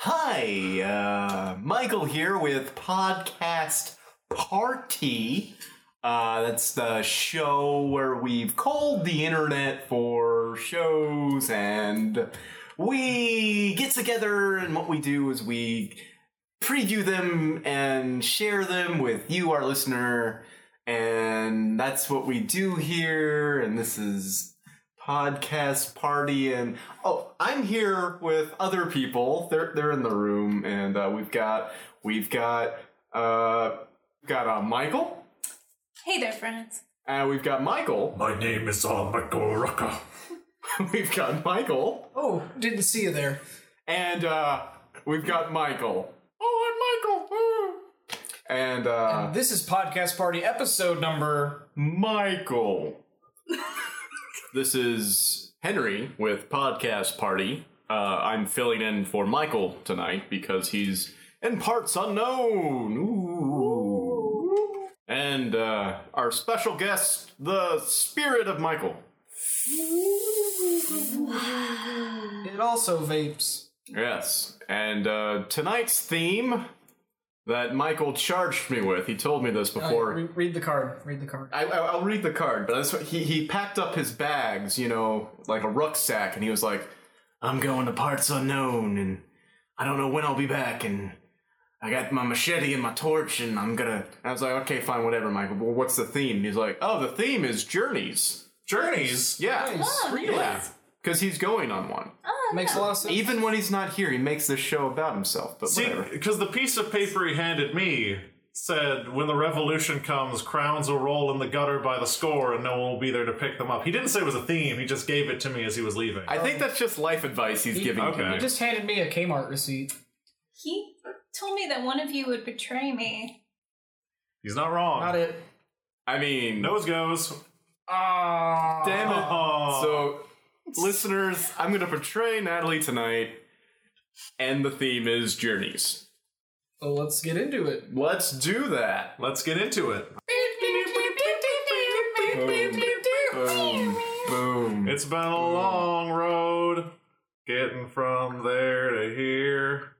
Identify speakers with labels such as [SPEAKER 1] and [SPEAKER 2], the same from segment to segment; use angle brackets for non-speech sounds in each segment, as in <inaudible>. [SPEAKER 1] Hi, uh, Michael here with Podcast Party. Uh, that's the show where we've called the internet for shows and we get together and what we do is we preview them and share them with you, our listener. And that's what we do here. And this is podcast party and oh i'm here with other people they're they're in the room and uh, we've got we've got uh got uh michael
[SPEAKER 2] Hey there, friends.
[SPEAKER 1] uh, we've got michael <laughs>
[SPEAKER 3] My name is uh, Michael Rucker.
[SPEAKER 1] we've got michael
[SPEAKER 4] Oh, didn't see you there.
[SPEAKER 1] and uh we've got michael oh i'm michael and uh
[SPEAKER 4] This is podcast party episode number.
[SPEAKER 1] michael
[SPEAKER 5] This is Henry with Podcast Party. Uh, I'm filling in for Michael tonight because he's in parts unknown. Ooh. And uh, our special guest, the spirit of Michael.
[SPEAKER 4] It also vapes.
[SPEAKER 5] Yes. And uh, tonight's theme that Michael charged me with, he told me this before.
[SPEAKER 4] Re- read the card. Read the card.
[SPEAKER 5] I, I- I'll read the card, but that's what, he he packed up his bags, you know, like a rucksack, and he was like, "I'm going to parts unknown, and I don't know when I'll be back, and I got my machete and my torch, and I'm gonna." I was like, "Okay, fine, whatever, Michael. Well, what's the theme?" And he's like, "Oh, the theme is journeys.
[SPEAKER 3] Journeys.
[SPEAKER 5] Yeah,
[SPEAKER 2] Oh,
[SPEAKER 5] yeah,
[SPEAKER 2] nice.
[SPEAKER 5] because he's going on one.
[SPEAKER 2] Oh,
[SPEAKER 4] Makes a
[SPEAKER 2] no.
[SPEAKER 4] lot of sense.
[SPEAKER 5] Even when he's not here, he makes this show about himself. But
[SPEAKER 3] See,
[SPEAKER 5] whatever.
[SPEAKER 3] because the piece of paper he handed me said, "When the revolution comes, crowns will roll in the gutter by the score, and no one will be there to pick them up." He didn't say it was a theme. He just gave it to me as he was leaving.
[SPEAKER 5] I think that's just life advice he's
[SPEAKER 4] He-
[SPEAKER 5] giving. to
[SPEAKER 3] um, okay.
[SPEAKER 5] me.
[SPEAKER 4] You just handed me a Kmart receipt.
[SPEAKER 2] He told me that one of you would betray me.
[SPEAKER 3] He's not wrong.
[SPEAKER 4] Not it.
[SPEAKER 5] I mean,
[SPEAKER 3] Nose goes.
[SPEAKER 4] Ah.
[SPEAKER 5] damn it.
[SPEAKER 3] Oh.
[SPEAKER 5] So, listeners, I'm going to portray Natalie tonight, and the theme is journeys.
[SPEAKER 4] So let's get into it.
[SPEAKER 5] Let's do that.
[SPEAKER 3] Let's get into it.
[SPEAKER 5] Boom, boom,
[SPEAKER 2] Oh.
[SPEAKER 5] boom.
[SPEAKER 3] It's been a long road getting from there to here.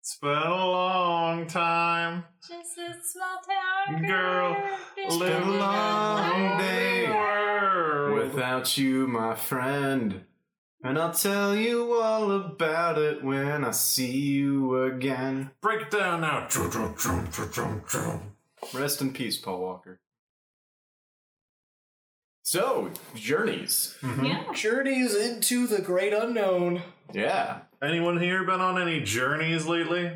[SPEAKER 3] It's been a long time.
[SPEAKER 2] Just a small town
[SPEAKER 3] Girl,
[SPEAKER 2] living
[SPEAKER 3] Live
[SPEAKER 2] in a
[SPEAKER 5] long
[SPEAKER 2] lonely
[SPEAKER 5] day
[SPEAKER 2] world.
[SPEAKER 3] world.
[SPEAKER 5] Without you, my friend, and I'll tell you all about it when I see you again.
[SPEAKER 3] Breakdown now. Drum, drum, drum, drum, drum, drum.
[SPEAKER 5] Rest in peace, Paul Walker. So, journeys.
[SPEAKER 2] Yeah.
[SPEAKER 4] Journeys into the great unknown.
[SPEAKER 5] Yeah.
[SPEAKER 3] Anyone here been on any journeys lately?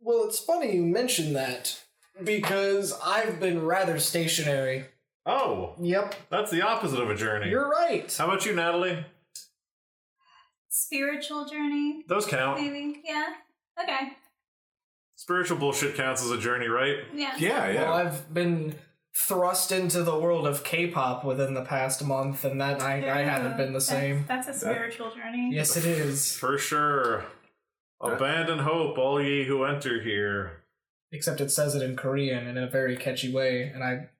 [SPEAKER 4] Well, it's funny you mention that because I've been rather stationary.
[SPEAKER 3] Oh,
[SPEAKER 4] Yep.
[SPEAKER 3] that's the opposite of a journey.
[SPEAKER 4] You're right.
[SPEAKER 3] How about you, Natalie?
[SPEAKER 2] Spiritual journey,
[SPEAKER 3] Those count.
[SPEAKER 2] maybe. Yeah. Okay.
[SPEAKER 3] Spiritual bullshit counts as a journey, right?
[SPEAKER 2] Yeah.
[SPEAKER 5] Yeah, yeah.
[SPEAKER 4] Well, I've been thrust into the world of K-pop within the past month, and that I, I haven't been the
[SPEAKER 2] That's-
[SPEAKER 4] same.
[SPEAKER 2] That's, a spiritual journey.
[SPEAKER 4] Yes, it is.
[SPEAKER 3] For sure. Abandon hope, all ye who enter here.
[SPEAKER 4] Except it says it in Korean and in a very catchy way, and I,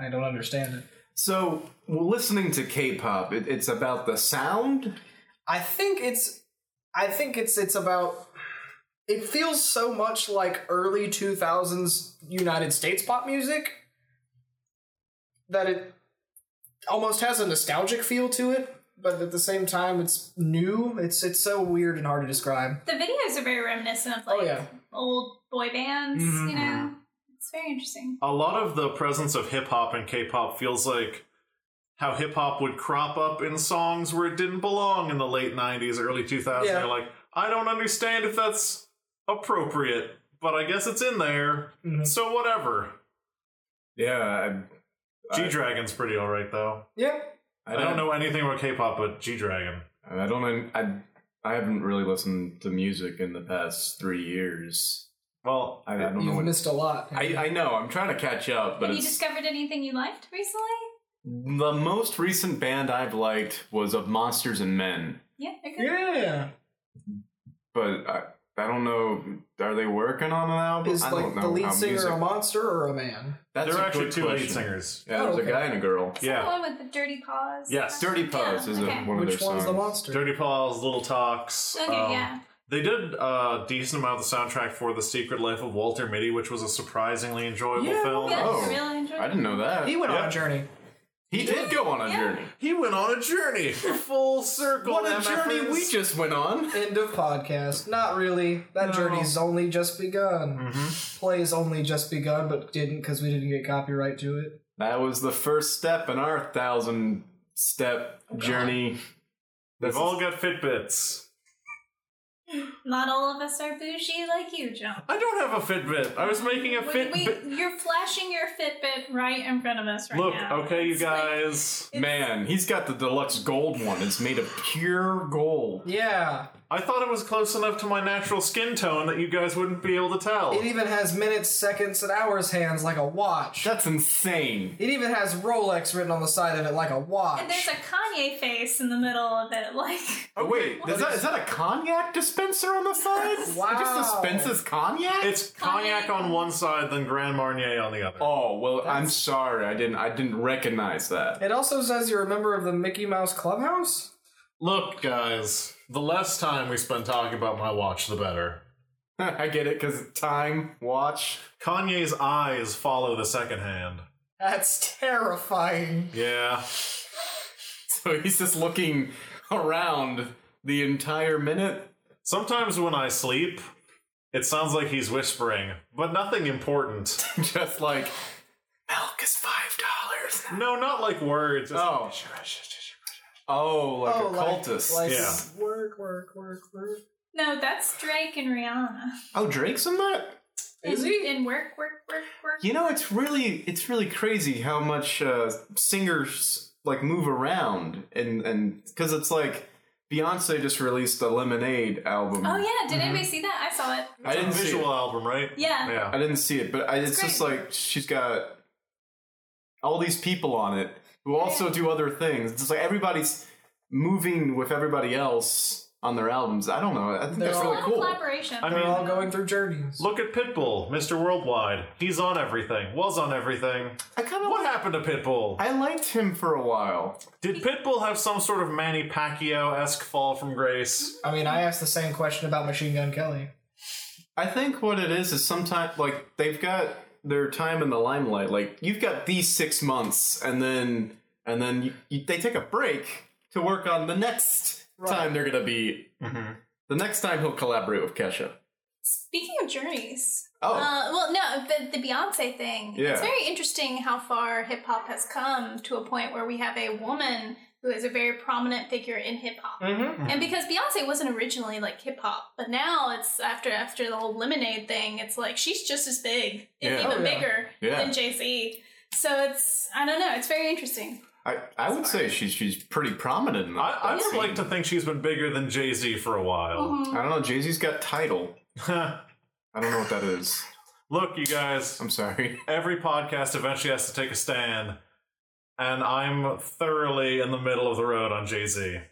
[SPEAKER 4] I don't understand it.
[SPEAKER 5] So, listening to K-pop, it, it's about the sound.
[SPEAKER 4] I think it's, I think it's it's about. It feels so much like early two thousands United States pop music that it almost has a nostalgic feel to it, but at the same time, it's new. It's it's so weird and hard to describe.
[SPEAKER 2] The videos are very reminiscent of like
[SPEAKER 4] Oh, yeah. Mm-hmm.
[SPEAKER 2] old boy bands, you know?
[SPEAKER 5] Mhm.
[SPEAKER 2] It's very interesting.
[SPEAKER 3] A lot of the presence of hip hop and K pop feels like how hip hop would crop up in songs where it didn't belong in the late 90s, early 2000s.
[SPEAKER 4] Yeah.
[SPEAKER 3] You're like, I don't understand if that's appropriate, but I guess it's in there,
[SPEAKER 5] Mm-hmm.
[SPEAKER 3] so whatever.
[SPEAKER 5] Yeah, I-
[SPEAKER 3] G Dragon's pretty alright though.
[SPEAKER 4] Yeah,
[SPEAKER 3] I don't know anything about K-pop, but G Dragon.
[SPEAKER 5] Uh, I don't. I I haven't really listened to music in the past three years.
[SPEAKER 3] Well,
[SPEAKER 5] I, I don't know
[SPEAKER 4] you've
[SPEAKER 5] what.
[SPEAKER 4] missed a lot.
[SPEAKER 5] I, I know. I'm trying to catch up, but
[SPEAKER 2] Have you
[SPEAKER 5] it's
[SPEAKER 2] discovered anything you liked recently?
[SPEAKER 5] the most recent band I've liked was of Monsters and Men,
[SPEAKER 2] Yeah, they're good.
[SPEAKER 4] yeah,
[SPEAKER 5] but I I don't know. Are they working on an album?
[SPEAKER 4] is
[SPEAKER 5] I
[SPEAKER 4] like
[SPEAKER 5] don't know
[SPEAKER 4] the lead
[SPEAKER 5] how
[SPEAKER 4] singer
[SPEAKER 5] music-
[SPEAKER 4] a monster or a man?
[SPEAKER 5] That's
[SPEAKER 3] there
[SPEAKER 5] a
[SPEAKER 3] are actually
[SPEAKER 5] good
[SPEAKER 3] two lead
[SPEAKER 5] question.
[SPEAKER 3] singers.
[SPEAKER 5] Yeah,
[SPEAKER 4] Oh,
[SPEAKER 5] there's
[SPEAKER 4] okay.
[SPEAKER 5] a guy and a girl.
[SPEAKER 2] Is that
[SPEAKER 3] Yeah.
[SPEAKER 2] the one with the dirty paws?
[SPEAKER 3] Yes,
[SPEAKER 5] Dirty Paws
[SPEAKER 2] Yeah,
[SPEAKER 5] is a,
[SPEAKER 2] okay.
[SPEAKER 5] one of
[SPEAKER 4] Which
[SPEAKER 5] their
[SPEAKER 4] one's
[SPEAKER 5] songs.
[SPEAKER 4] the monster?
[SPEAKER 3] Dirty Paws, Little Talks.
[SPEAKER 2] Okay,
[SPEAKER 3] um,
[SPEAKER 2] yeah.
[SPEAKER 3] They did a decent amount of the soundtrack for The Secret Life of Walter Mitty, which was a surprisingly enjoyable
[SPEAKER 4] Yeah,
[SPEAKER 3] film.
[SPEAKER 2] Yeah,
[SPEAKER 5] Oh.
[SPEAKER 2] I really enjoyed
[SPEAKER 5] I didn't know that.
[SPEAKER 4] He went on
[SPEAKER 3] Yeah.
[SPEAKER 4] a journey.
[SPEAKER 5] He did go on a
[SPEAKER 2] Yeah.
[SPEAKER 5] journey.
[SPEAKER 3] He went on a journey, full circle.
[SPEAKER 5] What a
[SPEAKER 3] MFers.
[SPEAKER 5] journey we just went on.
[SPEAKER 4] End of podcast. Not really. That journey's only just begun.
[SPEAKER 5] Mm-hmm.
[SPEAKER 4] Play's only just begun, but didn't because we didn't get copyright to it.
[SPEAKER 5] That was the first step in our thousand step journey.
[SPEAKER 3] We've all got Fitbits.
[SPEAKER 2] Not all of us are bougie like you, John.
[SPEAKER 3] I don't have a Fitbit. I was making a
[SPEAKER 2] Wait,
[SPEAKER 3] Fitbit.
[SPEAKER 2] wait, you're flashing your Fitbit right in front of us right
[SPEAKER 3] Look,
[SPEAKER 2] now.
[SPEAKER 3] okay, you
[SPEAKER 2] It's like-
[SPEAKER 3] guys.
[SPEAKER 5] Man, he's got the deluxe gold one. It's made of pure gold.
[SPEAKER 4] Yeah.
[SPEAKER 3] I thought it was close enough to my natural skin tone that you guys wouldn't be able to tell.
[SPEAKER 4] It even has minutes, seconds, and hours hands like a watch.
[SPEAKER 5] That's insane.
[SPEAKER 4] It even has Rolex written on the side of it like a watch.
[SPEAKER 2] and there's a Kanye face in the middle of it, like <laughs>
[SPEAKER 5] Oh, wait, is that, is that a cognac dispenser on the side? It
[SPEAKER 4] Wow.
[SPEAKER 5] just dispenses cognac?
[SPEAKER 3] It's cognac on one side, then Grand Marnier on the other.
[SPEAKER 5] oh, well, I'm sorry. I didn't I didn't recognize that. <laughs>
[SPEAKER 4] It also says you're a member of the Mickey Mouse Clubhouse?
[SPEAKER 3] Look, guys, the less time we spend talking about my watch, the better.
[SPEAKER 5] I get it cuz time, watch. <laughs>
[SPEAKER 3] Kanye's eyes follow the second hand.
[SPEAKER 4] That's <laughs> terrifying.
[SPEAKER 3] Yeah.
[SPEAKER 5] So he's just looking around the entire minute. <laughs>
[SPEAKER 3] Sometimes when I sleep, it sounds like he's whispering, but nothing important.
[SPEAKER 5] just like milk is five dollars.
[SPEAKER 3] no, not like words. It's-
[SPEAKER 5] Oh, oh, like
[SPEAKER 4] Oh,
[SPEAKER 5] a cultist.
[SPEAKER 4] Like, like
[SPEAKER 3] Yeah.
[SPEAKER 4] work, work, work, work.
[SPEAKER 2] no, that's Drake and Rihanna.
[SPEAKER 5] oh, Drake's in that.
[SPEAKER 4] Is
[SPEAKER 2] and,
[SPEAKER 4] he?
[SPEAKER 2] And work, work, work, work.
[SPEAKER 5] You know, it's really it's really crazy how much uh, singers like move around and and because it's like Beyonce just released a Lemonade album.
[SPEAKER 2] Oh yeah, did anybody see that? I saw it.
[SPEAKER 5] I didn't
[SPEAKER 3] it's a
[SPEAKER 5] see
[SPEAKER 3] visual
[SPEAKER 5] it.
[SPEAKER 3] album, right?
[SPEAKER 2] Yeah.
[SPEAKER 5] I
[SPEAKER 3] Yeah.
[SPEAKER 5] didn't see it, but I, it's
[SPEAKER 2] It's
[SPEAKER 5] just
[SPEAKER 2] great.
[SPEAKER 5] like she's got all these people on it who also do other things. It's just like everybody's moving with everybody else on their albums. I don't know. I think
[SPEAKER 4] They're
[SPEAKER 5] that's
[SPEAKER 2] It's a
[SPEAKER 5] really
[SPEAKER 2] lot of
[SPEAKER 5] Oh, cool.
[SPEAKER 2] collaboration. Um,
[SPEAKER 3] I
[SPEAKER 4] They're
[SPEAKER 3] mean-
[SPEAKER 4] all going through journeys.
[SPEAKER 3] Look at Pitbull, Mr. Worldwide. He's on everything, was on everything.
[SPEAKER 5] I kind of
[SPEAKER 3] What happened to Pitbull?
[SPEAKER 5] I liked him for a while.
[SPEAKER 3] Did Pitbull have some sort of Manny Pacquiao esque fall from grace?
[SPEAKER 4] I mean, I asked the same question about Machine Gun Kelly.
[SPEAKER 5] I think what it is is sometimes like they've got their time in the limelight. Like you've got these six months, and then and then you, you, they take a break to work on the next
[SPEAKER 4] Right.
[SPEAKER 5] time they're gonna be. The next time he'll collaborate with Kesha.
[SPEAKER 2] Speaking of journeys,
[SPEAKER 5] Oh.
[SPEAKER 2] uh, well, no, the, the Beyonce thing.
[SPEAKER 5] Yeah.
[SPEAKER 2] It's very interesting how far hip hop has come to a point where we have a woman who is a very prominent figure in hip hop.
[SPEAKER 4] Mm-hmm.
[SPEAKER 2] And because Beyonce wasn't originally like hip hop, but now it's after after the whole Lemonade thing, it's like she's just as big, if
[SPEAKER 5] Yeah.
[SPEAKER 2] even
[SPEAKER 4] Oh, yeah.
[SPEAKER 2] bigger
[SPEAKER 5] Yeah.
[SPEAKER 2] than Jay Z. So it's I don't know, it's very interesting.
[SPEAKER 5] I, I would say she's she's pretty prominent. In that,
[SPEAKER 3] I, I
[SPEAKER 5] that
[SPEAKER 3] would
[SPEAKER 5] scene.
[SPEAKER 3] like to think she's been bigger than Jay Z for a while.
[SPEAKER 2] Mhm.
[SPEAKER 5] I don't know. Jay Z's got title. I don't know what that is.
[SPEAKER 3] <laughs> Look, you guys,
[SPEAKER 5] I'm sorry. <laughs>
[SPEAKER 3] every podcast eventually has to take a stand, and I'm thoroughly in the middle of the road on Jay Z.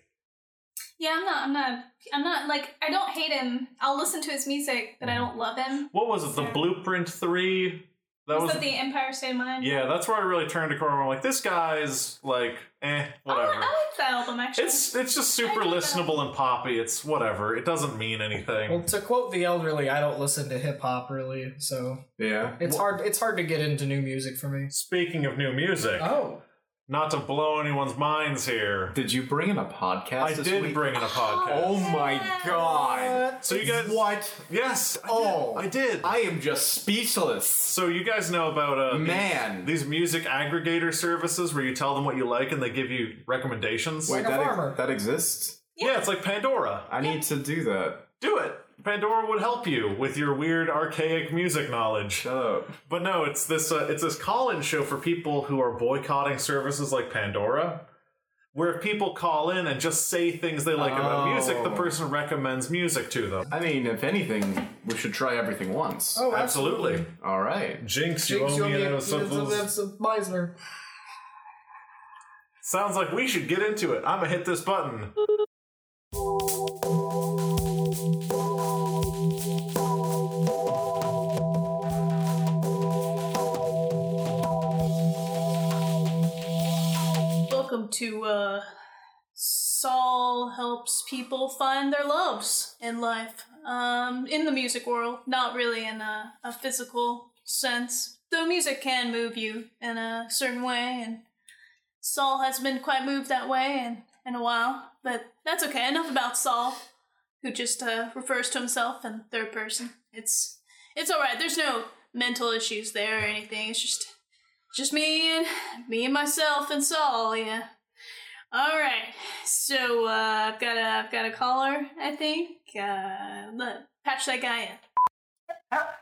[SPEAKER 2] Yeah, I'm not. I'm not. I'm not like I don't hate him. I'll listen to his music, but I don't love him.
[SPEAKER 3] What was it, The Blueprint 3? That
[SPEAKER 2] was
[SPEAKER 3] was.
[SPEAKER 2] that the Empire State of Mind?
[SPEAKER 3] yeah, that's where I really turned a corner. I'm like, this guy's like, eh,
[SPEAKER 2] I, li- I
[SPEAKER 3] whatever.
[SPEAKER 2] like that album actually.
[SPEAKER 3] It's it's just super
[SPEAKER 2] Oh, I like that.
[SPEAKER 3] listenable and poppy. It's whatever. It doesn't mean
[SPEAKER 4] Well,
[SPEAKER 3] anything.
[SPEAKER 4] to quote the elderly, I don't listen to hip hop really, so
[SPEAKER 5] Yeah.
[SPEAKER 4] it's hard. It's hard to get into new music for me.
[SPEAKER 3] Speaking of new music,
[SPEAKER 4] Oh,
[SPEAKER 3] not to blow anyone's minds here,
[SPEAKER 5] Did you bring in a podcast?
[SPEAKER 3] I
[SPEAKER 5] this
[SPEAKER 3] did
[SPEAKER 5] week?
[SPEAKER 3] bring in a podcast.
[SPEAKER 5] Oh my god.
[SPEAKER 3] So you guys,
[SPEAKER 5] What?
[SPEAKER 3] yes, I
[SPEAKER 5] Oh.
[SPEAKER 3] did. I did.
[SPEAKER 5] I am just speechless.
[SPEAKER 3] so you guys know about uh, these-
[SPEAKER 5] Man.
[SPEAKER 3] these music aggregator services where you tell them what you like and they give you recommendations.
[SPEAKER 5] Wait,
[SPEAKER 4] a
[SPEAKER 5] that,
[SPEAKER 4] farmer.
[SPEAKER 5] that exists?
[SPEAKER 3] yeah, it's like Pandora.
[SPEAKER 5] I need to do that.
[SPEAKER 3] Do it. Pandora would help you with your weird archaic music knowledge.
[SPEAKER 5] Shut up.
[SPEAKER 3] But no, it's this uh, it's this call-in show for people who are boycotting services like Pandora, where if people call in and just say things they like about
[SPEAKER 5] Oh.
[SPEAKER 3] music, the person recommends music to them.
[SPEAKER 5] I mean, if anything, we should try everything once.
[SPEAKER 4] oh,
[SPEAKER 3] Absolutely.
[SPEAKER 5] All right.
[SPEAKER 3] Jinx, you
[SPEAKER 4] Jinx,
[SPEAKER 3] owe
[SPEAKER 5] uh,
[SPEAKER 3] me an
[SPEAKER 4] you'll be-
[SPEAKER 3] something.
[SPEAKER 4] that's a Meisner.
[SPEAKER 3] Sounds like we should get into it. I'ma hit this button.
[SPEAKER 2] Welcome to uh, Saul Bible helps people find their loves in life, um, in the music world, not really in a, a physical sense. Though music can move you in a certain way, and Saul has been quite moved that way in, in a while, but that's okay. Enough about Saul, who just uh, refers to himself in third person. It's it's all right. There's no mental issues there or anything. It's just just me and me and myself and Saul. Yeah. All right. So uh, I've got a I've got a caller. I think. Uh, look, patch that guy in.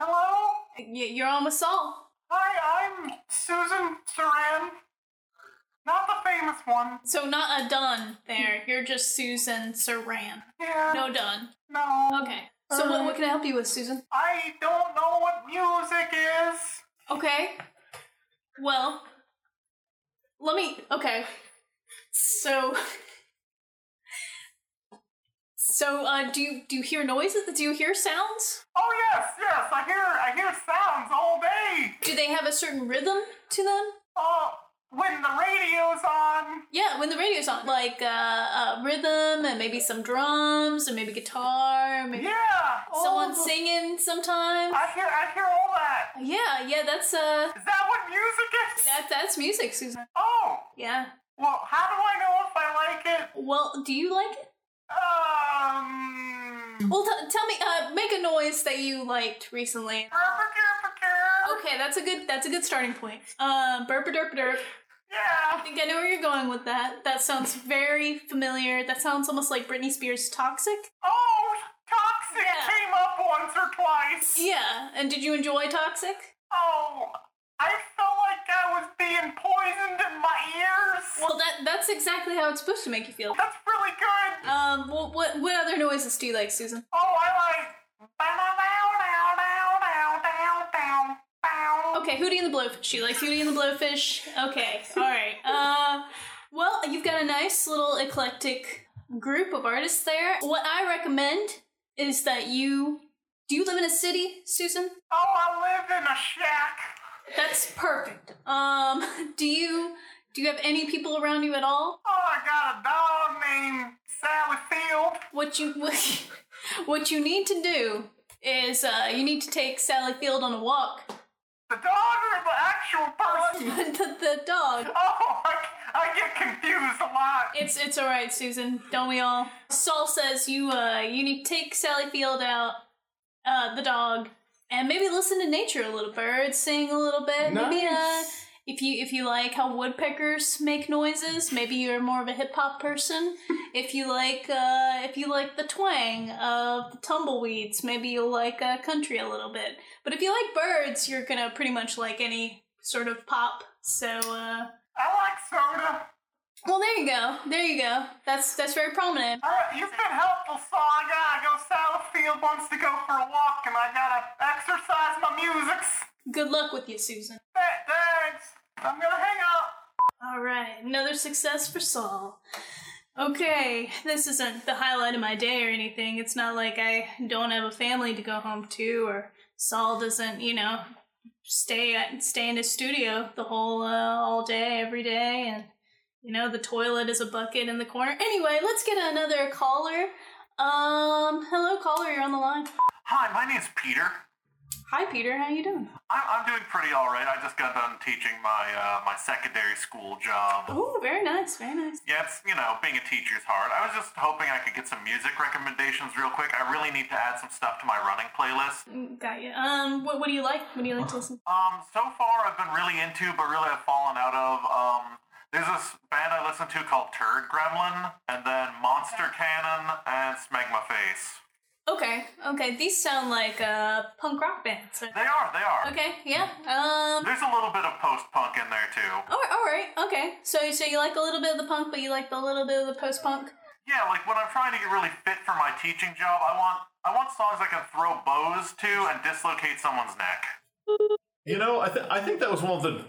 [SPEAKER 6] Hello?
[SPEAKER 2] Y- You're on with Saul.
[SPEAKER 6] Hi, I'm Susan Saran. Not the famous one.
[SPEAKER 2] So not a Dunn there. You're just Susan Saran.
[SPEAKER 6] Yeah.
[SPEAKER 2] No Dunn.
[SPEAKER 6] No.
[SPEAKER 2] Okay. So what, what can I help you with, Susan?
[SPEAKER 6] I don't know what music is.
[SPEAKER 2] Okay. Well, let me. Okay. So. <laughs> So, uh, do you do you hear noises? Do you hear sounds?
[SPEAKER 6] Oh yes, yes, I hear I hear sounds all day.
[SPEAKER 2] Do they have a certain rhythm to them?
[SPEAKER 6] Uh when the radio's on.
[SPEAKER 2] Yeah, when the radio's on, like uh, uh rhythm and maybe some drums and maybe guitar, maybe
[SPEAKER 6] Yeah.
[SPEAKER 2] someone
[SPEAKER 6] Oh,
[SPEAKER 2] singing sometimes.
[SPEAKER 6] I hear I hear all that.
[SPEAKER 2] yeah, yeah, that's uh,
[SPEAKER 6] Is that what music is?
[SPEAKER 2] that that's music, Susan.
[SPEAKER 6] Oh.
[SPEAKER 2] Yeah.
[SPEAKER 6] Well, how do I know if I like it?
[SPEAKER 2] Well, do you like it?
[SPEAKER 6] Um
[SPEAKER 2] Well, t- tell me, uh, make a noise that you liked recently. Okay, that's a good that's a good starting point. Um, burp a derp derp. I
[SPEAKER 6] Yeah.
[SPEAKER 2] think I know where you're going with that. That sounds very familiar. That sounds almost like Britney Spears' "Toxic."
[SPEAKER 6] Oh, toxic
[SPEAKER 2] Yeah.
[SPEAKER 6] came up once or twice.
[SPEAKER 2] Yeah, and did you enjoy "Toxic"?
[SPEAKER 6] Oh, I felt like I was being poisoned in my ears.
[SPEAKER 2] Well, that that's exactly how it's supposed to make you feel.
[SPEAKER 6] That's really good.
[SPEAKER 2] Um, well, what what other noises do you like, Susan?
[SPEAKER 6] Oh, I like. Bow-dow-dow-dow-dow-dow-dow-dow.
[SPEAKER 2] Okay, Hootie and the Blowfish. You like Hootie and the Blowfish? Okay, all right. Uh, well, you've got a nice little eclectic group of artists there. What I recommend is that you do you live in a city, Susan?
[SPEAKER 6] Oh, I live in a shack.
[SPEAKER 2] That's perfect. Um, <laughs> do you do you have any people around you at all?
[SPEAKER 6] Oh, I got a dog named Sally Field.
[SPEAKER 2] What you <laughs> what, what you need to do is uh, you need to take Sally Field on a walk.
[SPEAKER 6] The dog or the actual
[SPEAKER 2] <laughs>
[SPEAKER 6] person?
[SPEAKER 2] the, the dog.
[SPEAKER 6] Oh, I, I get confused a lot.
[SPEAKER 2] It's it's all right, Susan. Don't we all? Saul says you uh you need to take Sally Field out, uh the dog, and maybe listen to nature a little. Birds sing a little bit. Maybe uh if you if you like how woodpeckers make noises, maybe you're more of a hip hop person. if you like uh if you like the twang of the tumbleweeds, maybe you'll like uh, country a little bit. But if you like birds, you're gonna pretty much like any sort of pop. So uh
[SPEAKER 6] I like soda.
[SPEAKER 2] well, there you go. There you go. That's that's very prominent.
[SPEAKER 6] All right, you've been helpful, so I gotta go. Sally Field wants to go for a walk, and I gotta exercise my musics.
[SPEAKER 2] Good luck with you, Susan.
[SPEAKER 6] Th- Thanks. I'm gonna hang up.
[SPEAKER 2] All right, another success for Saul. Okay, this isn't the highlight of my day or anything. It's not like I don't have a family to go home to, or Saul doesn't, you know, stay at, stay in his studio the whole uh, all day every day, and you know the toilet is a bucket in the corner. Anyway, let's get another caller. Um, hello, caller, you're on the line.
[SPEAKER 7] Hi, my name's Peter.
[SPEAKER 2] Hi, Peter. How you doing?
[SPEAKER 7] I, I'm doing pretty all right. I just got done teaching my uh, my secondary school job.
[SPEAKER 2] Oh, very nice, very nice.
[SPEAKER 7] Yeah, it's you know being a teacher's hard. I was just hoping I could get some music recommendations real quick. I really need to add some stuff to my running playlist.
[SPEAKER 2] Mm, Got you. Um, what, what do you like? What do you like to listen?
[SPEAKER 7] Um, so far I've been really into, but really I've fallen out of. Um, there's this band I listen to called Turd Gremlin, and then Monster Cannon and Smegma Face.
[SPEAKER 2] Okay, okay. These sound like uh punk rock bands. right?
[SPEAKER 7] They are, they are.
[SPEAKER 2] Okay, yeah. Um.
[SPEAKER 7] There's a little bit of post punk in there too.
[SPEAKER 2] All right, all right. Okay. So, so you like a little bit of the punk, but you like a little bit of the post punk.
[SPEAKER 7] Yeah, like when I'm trying to get really fit for my teaching job, I want I want songs I can throw bows to and dislocate someone's neck.
[SPEAKER 3] You know, I, th- I think that was one of the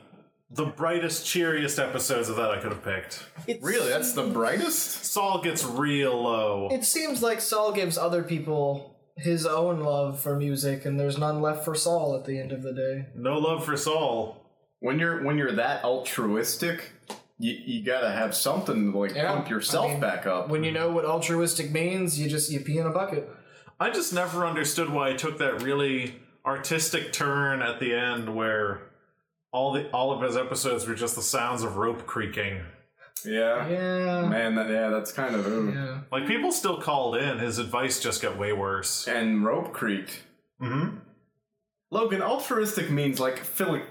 [SPEAKER 3] the brightest, cheeriest episodes of that I could have picked.
[SPEAKER 5] Really, that's the brightest.
[SPEAKER 3] Saul gets real low.
[SPEAKER 4] It seems like Saul gives other people his own love for music, and there's none left for Saul at the end of the day.
[SPEAKER 3] No love for Saul.
[SPEAKER 5] When you're when you're that altruistic, you, you gotta have something to like
[SPEAKER 4] Yeah,
[SPEAKER 5] pump yourself
[SPEAKER 4] I mean,
[SPEAKER 5] back up.
[SPEAKER 4] When you know what altruistic means, you just you pee in a bucket.
[SPEAKER 6] I just never understood why it took that really artistic turn at the end where all the all of his episodes were just the sounds of rope creaking.
[SPEAKER 5] yeah.
[SPEAKER 4] Yeah.
[SPEAKER 5] man, that, yeah, that's kind of ooh.
[SPEAKER 4] Yeah.
[SPEAKER 6] Like people still called in, his advice just got way worse.
[SPEAKER 5] And rope creaked.
[SPEAKER 6] Mm-hmm.
[SPEAKER 5] Logan, altruistic means like phil-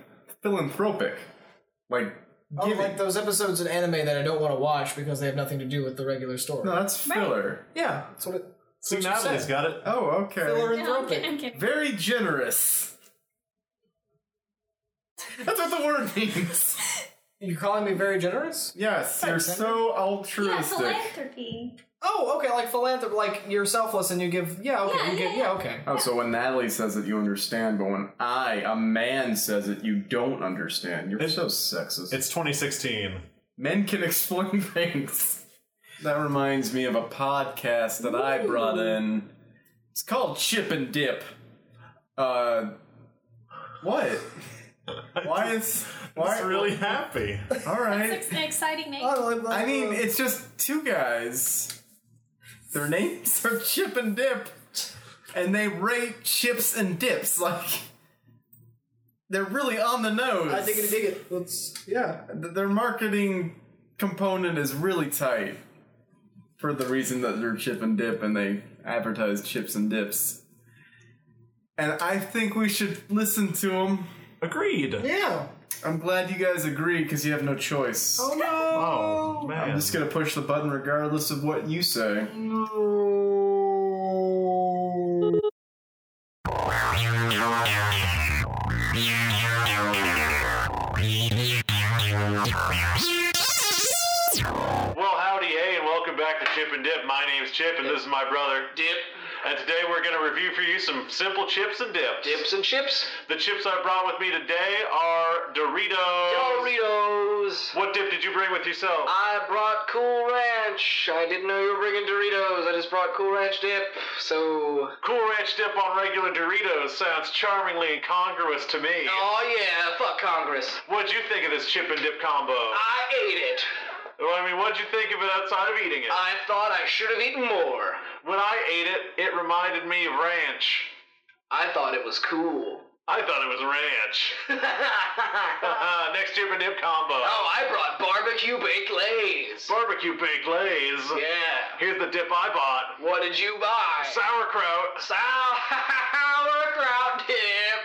[SPEAKER 5] philanthropic, like
[SPEAKER 4] Oh,
[SPEAKER 5] giving.
[SPEAKER 4] like those episodes in anime that I don't want to watch because they have nothing to do with the regular story.
[SPEAKER 5] no, that's filler.
[SPEAKER 4] Yeah, that's what it.
[SPEAKER 6] See,
[SPEAKER 4] what you
[SPEAKER 6] Natalie's
[SPEAKER 4] said.
[SPEAKER 6] got it.
[SPEAKER 5] Oh, okay.
[SPEAKER 4] Filler and
[SPEAKER 2] No, I'm kidding.
[SPEAKER 4] throbbing.
[SPEAKER 2] I'm kidding.
[SPEAKER 5] Very generous. That's what the word means.
[SPEAKER 4] You're calling me very generous?
[SPEAKER 5] Yes, you're so
[SPEAKER 2] Yeah,
[SPEAKER 5] altruistic.
[SPEAKER 2] philanthropy.
[SPEAKER 4] Oh, okay, like philanthropy, like you're selfless and you give. Yeah, okay,
[SPEAKER 2] Yeah,
[SPEAKER 4] you give.
[SPEAKER 2] yeah,
[SPEAKER 4] Yeah, okay.
[SPEAKER 5] Oh, so when Natalie says it, you understand, but when I, a man, says it, you don't understand. You're
[SPEAKER 6] It's-
[SPEAKER 5] so sexist.
[SPEAKER 6] It's 2016.
[SPEAKER 5] Men can explain <laughs> things. That reminds me of a podcast that I brought in. It's called Chip and Dip. Uh,
[SPEAKER 6] <laughs>
[SPEAKER 5] what? Why is why
[SPEAKER 6] It's really happy.
[SPEAKER 5] all right?
[SPEAKER 4] <laughs>
[SPEAKER 2] It's an exciting name.
[SPEAKER 4] Oh, like- like,
[SPEAKER 5] I mean,
[SPEAKER 4] uh,
[SPEAKER 5] it's just two guys. Their names are Chip and Dip, and they rate chips and dips like they're really on the nose.
[SPEAKER 4] I dig it, I dig it. Let's. Yeah.
[SPEAKER 5] Th- their marketing component is really tight for the reason that they're chip and dip and they advertise chips and dips. And I think we should listen to them.
[SPEAKER 6] Agreed.
[SPEAKER 4] Yeah.
[SPEAKER 5] I'm glad you guys agree because you have no choice.
[SPEAKER 4] Oh no.
[SPEAKER 6] Oh man.
[SPEAKER 5] I'm just gonna push the button regardless of what you say.
[SPEAKER 6] Well, howdy, hey, and welcome back to Chip and Dip. My name's Chip, and this is my brother Dip. And today we're going to review for you some simple chips and dips.
[SPEAKER 8] Dips and chips,
[SPEAKER 6] The chips I brought with me today are Doritos.
[SPEAKER 8] Doritos.
[SPEAKER 6] What dip did you bring with yourself?
[SPEAKER 8] I brought Cool Ranch. I didn't know you were bringing Doritos. I just brought Cool Ranch dip. So,
[SPEAKER 6] cool Ranch dip on regular Doritos sounds charmingly incongruous to me.
[SPEAKER 8] oh yeah, fuck Congress.
[SPEAKER 6] What'd you think of this chip and dip combo?
[SPEAKER 8] I ate it.
[SPEAKER 6] well, I mean, what'd you think of it outside of eating it?
[SPEAKER 8] I thought I should have eaten more.
[SPEAKER 6] when I ate it, it reminded me of ranch.
[SPEAKER 8] I thought it was cool.
[SPEAKER 6] I thought it was ranch.
[SPEAKER 8] oh, <laughs> I
[SPEAKER 6] Next chip and dip combo.
[SPEAKER 8] Oh, brought barbecue baked lays.
[SPEAKER 6] Barbecue baked lays.
[SPEAKER 8] Yeah.
[SPEAKER 6] Here's the dip I bought.
[SPEAKER 8] What did you buy?
[SPEAKER 6] Sauerkraut.
[SPEAKER 8] Sauerkraut dip.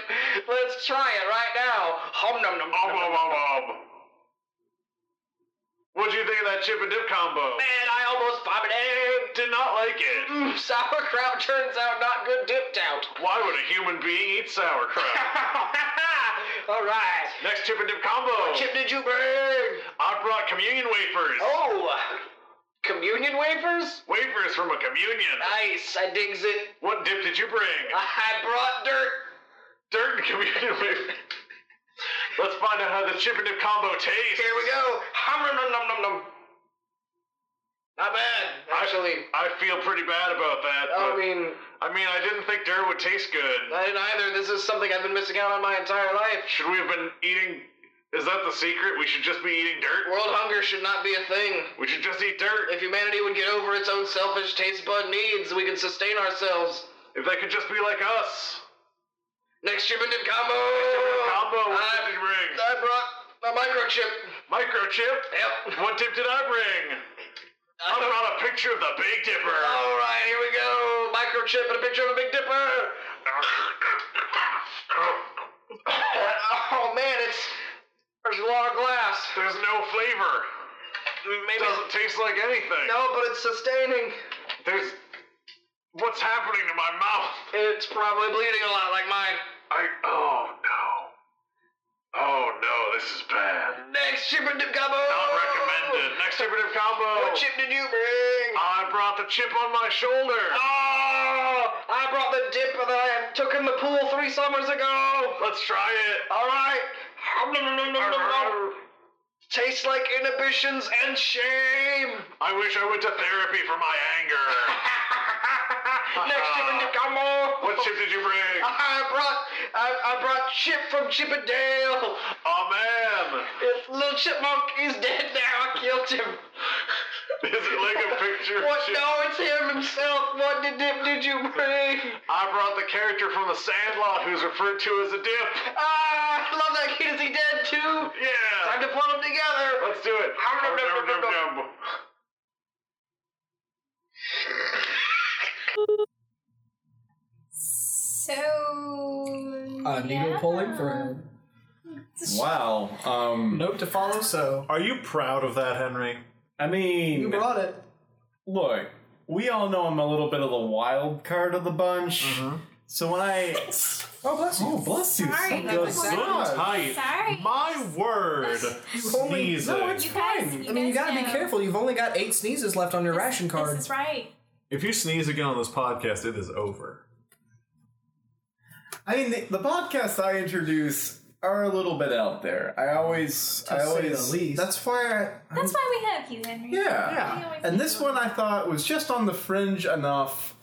[SPEAKER 8] Let's try it right now. Hum nom nom nom.
[SPEAKER 6] Om, om,
[SPEAKER 8] nom, nom.
[SPEAKER 6] om, om. What'd you think of that chip and dip combo?
[SPEAKER 8] Man, I almost vomited.
[SPEAKER 6] Did not like it.
[SPEAKER 8] Mm, sauerkraut turns out not good dipped out. <laughs>
[SPEAKER 6] Why would a human being eat sauerkraut?
[SPEAKER 8] All right.
[SPEAKER 6] Next chip and dip combo.
[SPEAKER 8] Chip, did you bring?
[SPEAKER 6] I brought communion wafers.
[SPEAKER 8] Oh, communion wafers?
[SPEAKER 6] Wafers from a communion.
[SPEAKER 8] Nice. I digs it.
[SPEAKER 6] What dip did you bring?
[SPEAKER 8] I brought dirt.
[SPEAKER 6] Dirt and <laughs> communion wafers. Let's find out how the chip and dip combo tastes.
[SPEAKER 8] Here we go. Hum num num num num num. Not bad, actually.
[SPEAKER 6] I feel pretty bad about that.
[SPEAKER 8] I
[SPEAKER 6] but-
[SPEAKER 8] mean,
[SPEAKER 6] I mean, I didn't think dirt would taste good.
[SPEAKER 8] Oh, I didn't either. This is something I've been missing out on my entire life.
[SPEAKER 6] Should we have been eating? Is that the secret? We should just be eating dirt.
[SPEAKER 8] World hunger should not be a thing.
[SPEAKER 6] We should just eat dirt.
[SPEAKER 8] If humanity would get over its own selfish taste bud needs, we could sustain ourselves.
[SPEAKER 6] If they could just be like us.
[SPEAKER 8] Next chip and dip combo.
[SPEAKER 6] Combo. What
[SPEAKER 8] I,
[SPEAKER 6] dip did you bring?
[SPEAKER 8] I brought a microchip.
[SPEAKER 6] Microchip.
[SPEAKER 8] Yep.
[SPEAKER 6] What dip did I bring? I brought a picture of the Big Dipper.
[SPEAKER 8] All right, here we go. Microchip and a picture of a Big
[SPEAKER 6] <coughs>
[SPEAKER 8] Dipper. oh man, it's there's a lot of glass.
[SPEAKER 6] There's no flavor. It
[SPEAKER 8] Maybe
[SPEAKER 6] doesn't taste like anything.
[SPEAKER 8] no, but it's sustaining.
[SPEAKER 6] There's. What's happening to my mouth?
[SPEAKER 8] It's probably bleeding a lot, like mine.
[SPEAKER 6] I. Oh no. Oh no, this is bad.
[SPEAKER 8] Next chip and dip combo.
[SPEAKER 6] Not recommended. Next chip and dip combo.
[SPEAKER 8] Oh! What chip did you bring?
[SPEAKER 6] Oh. I brought the chip on my shoulder.
[SPEAKER 8] Oh, I brought the dip that I took in the pool three summers ago.
[SPEAKER 6] Let's try it.
[SPEAKER 8] All right. Nom, nom, nom, nom, nom, nom. Tastes like inhibitions and shame.
[SPEAKER 6] Uh-huh. I wish I went to therapy for my anger.
[SPEAKER 8] <laughs> Next to the come on.
[SPEAKER 6] What chip did you bring?
[SPEAKER 8] <laughs> I brought I, I brought Chip from Chippendale.
[SPEAKER 6] Oh man!
[SPEAKER 8] It's little chipmunk. He's dead now. I killed him.
[SPEAKER 6] Is it like a picture of
[SPEAKER 8] What?
[SPEAKER 6] Chip?
[SPEAKER 8] No, it's him himself. What did dip did you bring?
[SPEAKER 6] I brought the character from the Sandlot who's referred to as a dip.
[SPEAKER 8] Ah, I love that kid. Is he dead too? Time
[SPEAKER 6] Yeah!
[SPEAKER 8] to pull them together.
[SPEAKER 6] Let's do it.
[SPEAKER 8] Nom, nom, nom, nom, nom.
[SPEAKER 6] Nom, nom.
[SPEAKER 9] So.
[SPEAKER 4] Uh, Nico pulling for him.
[SPEAKER 10] Wow. Um,
[SPEAKER 4] Note to follow. So
[SPEAKER 3] Are you proud of that, Henry?
[SPEAKER 5] I mean,
[SPEAKER 4] you brought it.
[SPEAKER 5] look, we all know I'm a little bit of the wild card of the bunch. So when I
[SPEAKER 4] Oh bless
[SPEAKER 5] Mm-hmm. <laughs>
[SPEAKER 4] you.
[SPEAKER 5] oh bless you,
[SPEAKER 9] Sorry,
[SPEAKER 5] son
[SPEAKER 9] that
[SPEAKER 5] of
[SPEAKER 9] was
[SPEAKER 5] God.
[SPEAKER 9] exactly-
[SPEAKER 3] Tight.
[SPEAKER 9] Sorry.
[SPEAKER 3] My word.
[SPEAKER 4] only-
[SPEAKER 3] Sneezing.
[SPEAKER 4] no, it's
[SPEAKER 9] You guys-
[SPEAKER 4] fine.
[SPEAKER 9] you
[SPEAKER 4] I mean, you
[SPEAKER 9] guys
[SPEAKER 4] gotta be
[SPEAKER 9] know.
[SPEAKER 4] careful. You've only got eight sneezes left on your ration card.
[SPEAKER 9] This is right.
[SPEAKER 3] If you sneeze again on this podcast, it is over.
[SPEAKER 5] I mean, the, the podcasts I introduce are a little bit out there. I always, I
[SPEAKER 4] say
[SPEAKER 5] always,
[SPEAKER 4] the least.
[SPEAKER 5] that's why I,
[SPEAKER 9] That's why we have you, Henry.
[SPEAKER 5] yeah,
[SPEAKER 9] Yeah. We always
[SPEAKER 5] And
[SPEAKER 9] do.
[SPEAKER 5] this one I thought was just on the fringe enough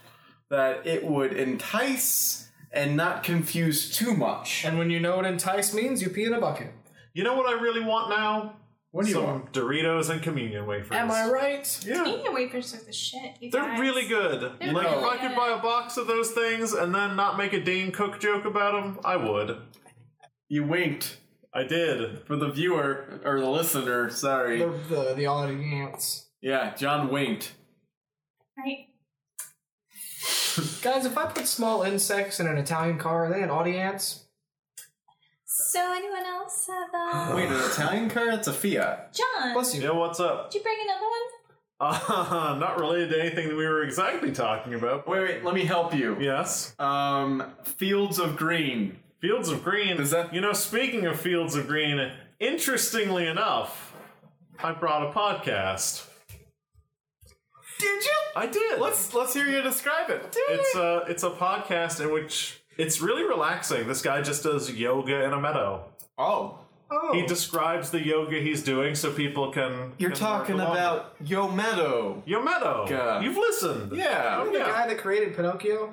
[SPEAKER 5] that it would entice and not confuse too much.
[SPEAKER 4] And when you know what entice means, you pee in a bucket.
[SPEAKER 3] You know what I really want now?
[SPEAKER 5] What do you
[SPEAKER 3] Some
[SPEAKER 5] want?
[SPEAKER 3] Doritos and communion wafers.
[SPEAKER 4] Am I right?
[SPEAKER 3] Yeah.
[SPEAKER 9] Onion wafers are the shit. You
[SPEAKER 3] They're
[SPEAKER 9] guys.
[SPEAKER 3] really good.
[SPEAKER 9] They're
[SPEAKER 3] like, if
[SPEAKER 9] really
[SPEAKER 3] I could
[SPEAKER 9] good.
[SPEAKER 3] buy a box of those things and then not make a Dane Cook joke about them, I would.
[SPEAKER 5] You winked
[SPEAKER 3] I did.
[SPEAKER 5] for the viewer or the listener. Sorry.
[SPEAKER 4] The the the audience.
[SPEAKER 5] Yeah, John winked.
[SPEAKER 9] Right.
[SPEAKER 4] Guys, if I put small insects in an Italian car, are they an audience?
[SPEAKER 9] So, anyone else have. Uh,
[SPEAKER 5] Wait, an Italian car? That's a Fiat.
[SPEAKER 9] John,
[SPEAKER 4] Bless you.
[SPEAKER 3] Yeah, what's up? <laughs>
[SPEAKER 9] did you bring another one?
[SPEAKER 3] Uh, not related to anything that we were exactly talking about.
[SPEAKER 5] Wait, wait. Let me help you.
[SPEAKER 3] Yes.
[SPEAKER 5] Um, Fields of Green.
[SPEAKER 3] Fields of Green.
[SPEAKER 5] Is that-
[SPEAKER 3] You know, speaking of Fields of Green, interestingly enough, I brought a podcast.
[SPEAKER 5] Did you?
[SPEAKER 3] I did.
[SPEAKER 5] Let's let's hear you describe it.
[SPEAKER 3] It's a it's a podcast in which it's really relaxing. This guy just does yoga in a meadow.
[SPEAKER 5] Oh,
[SPEAKER 4] Oh,
[SPEAKER 3] He describes the yoga he's doing so people can.
[SPEAKER 5] you're
[SPEAKER 3] can
[SPEAKER 5] talking
[SPEAKER 3] work along.
[SPEAKER 5] about Yo Meadow.
[SPEAKER 3] your meadow.
[SPEAKER 5] Yeah.
[SPEAKER 3] You've listened. Oh,
[SPEAKER 5] Yeah.
[SPEAKER 4] the guy that created Pinocchio.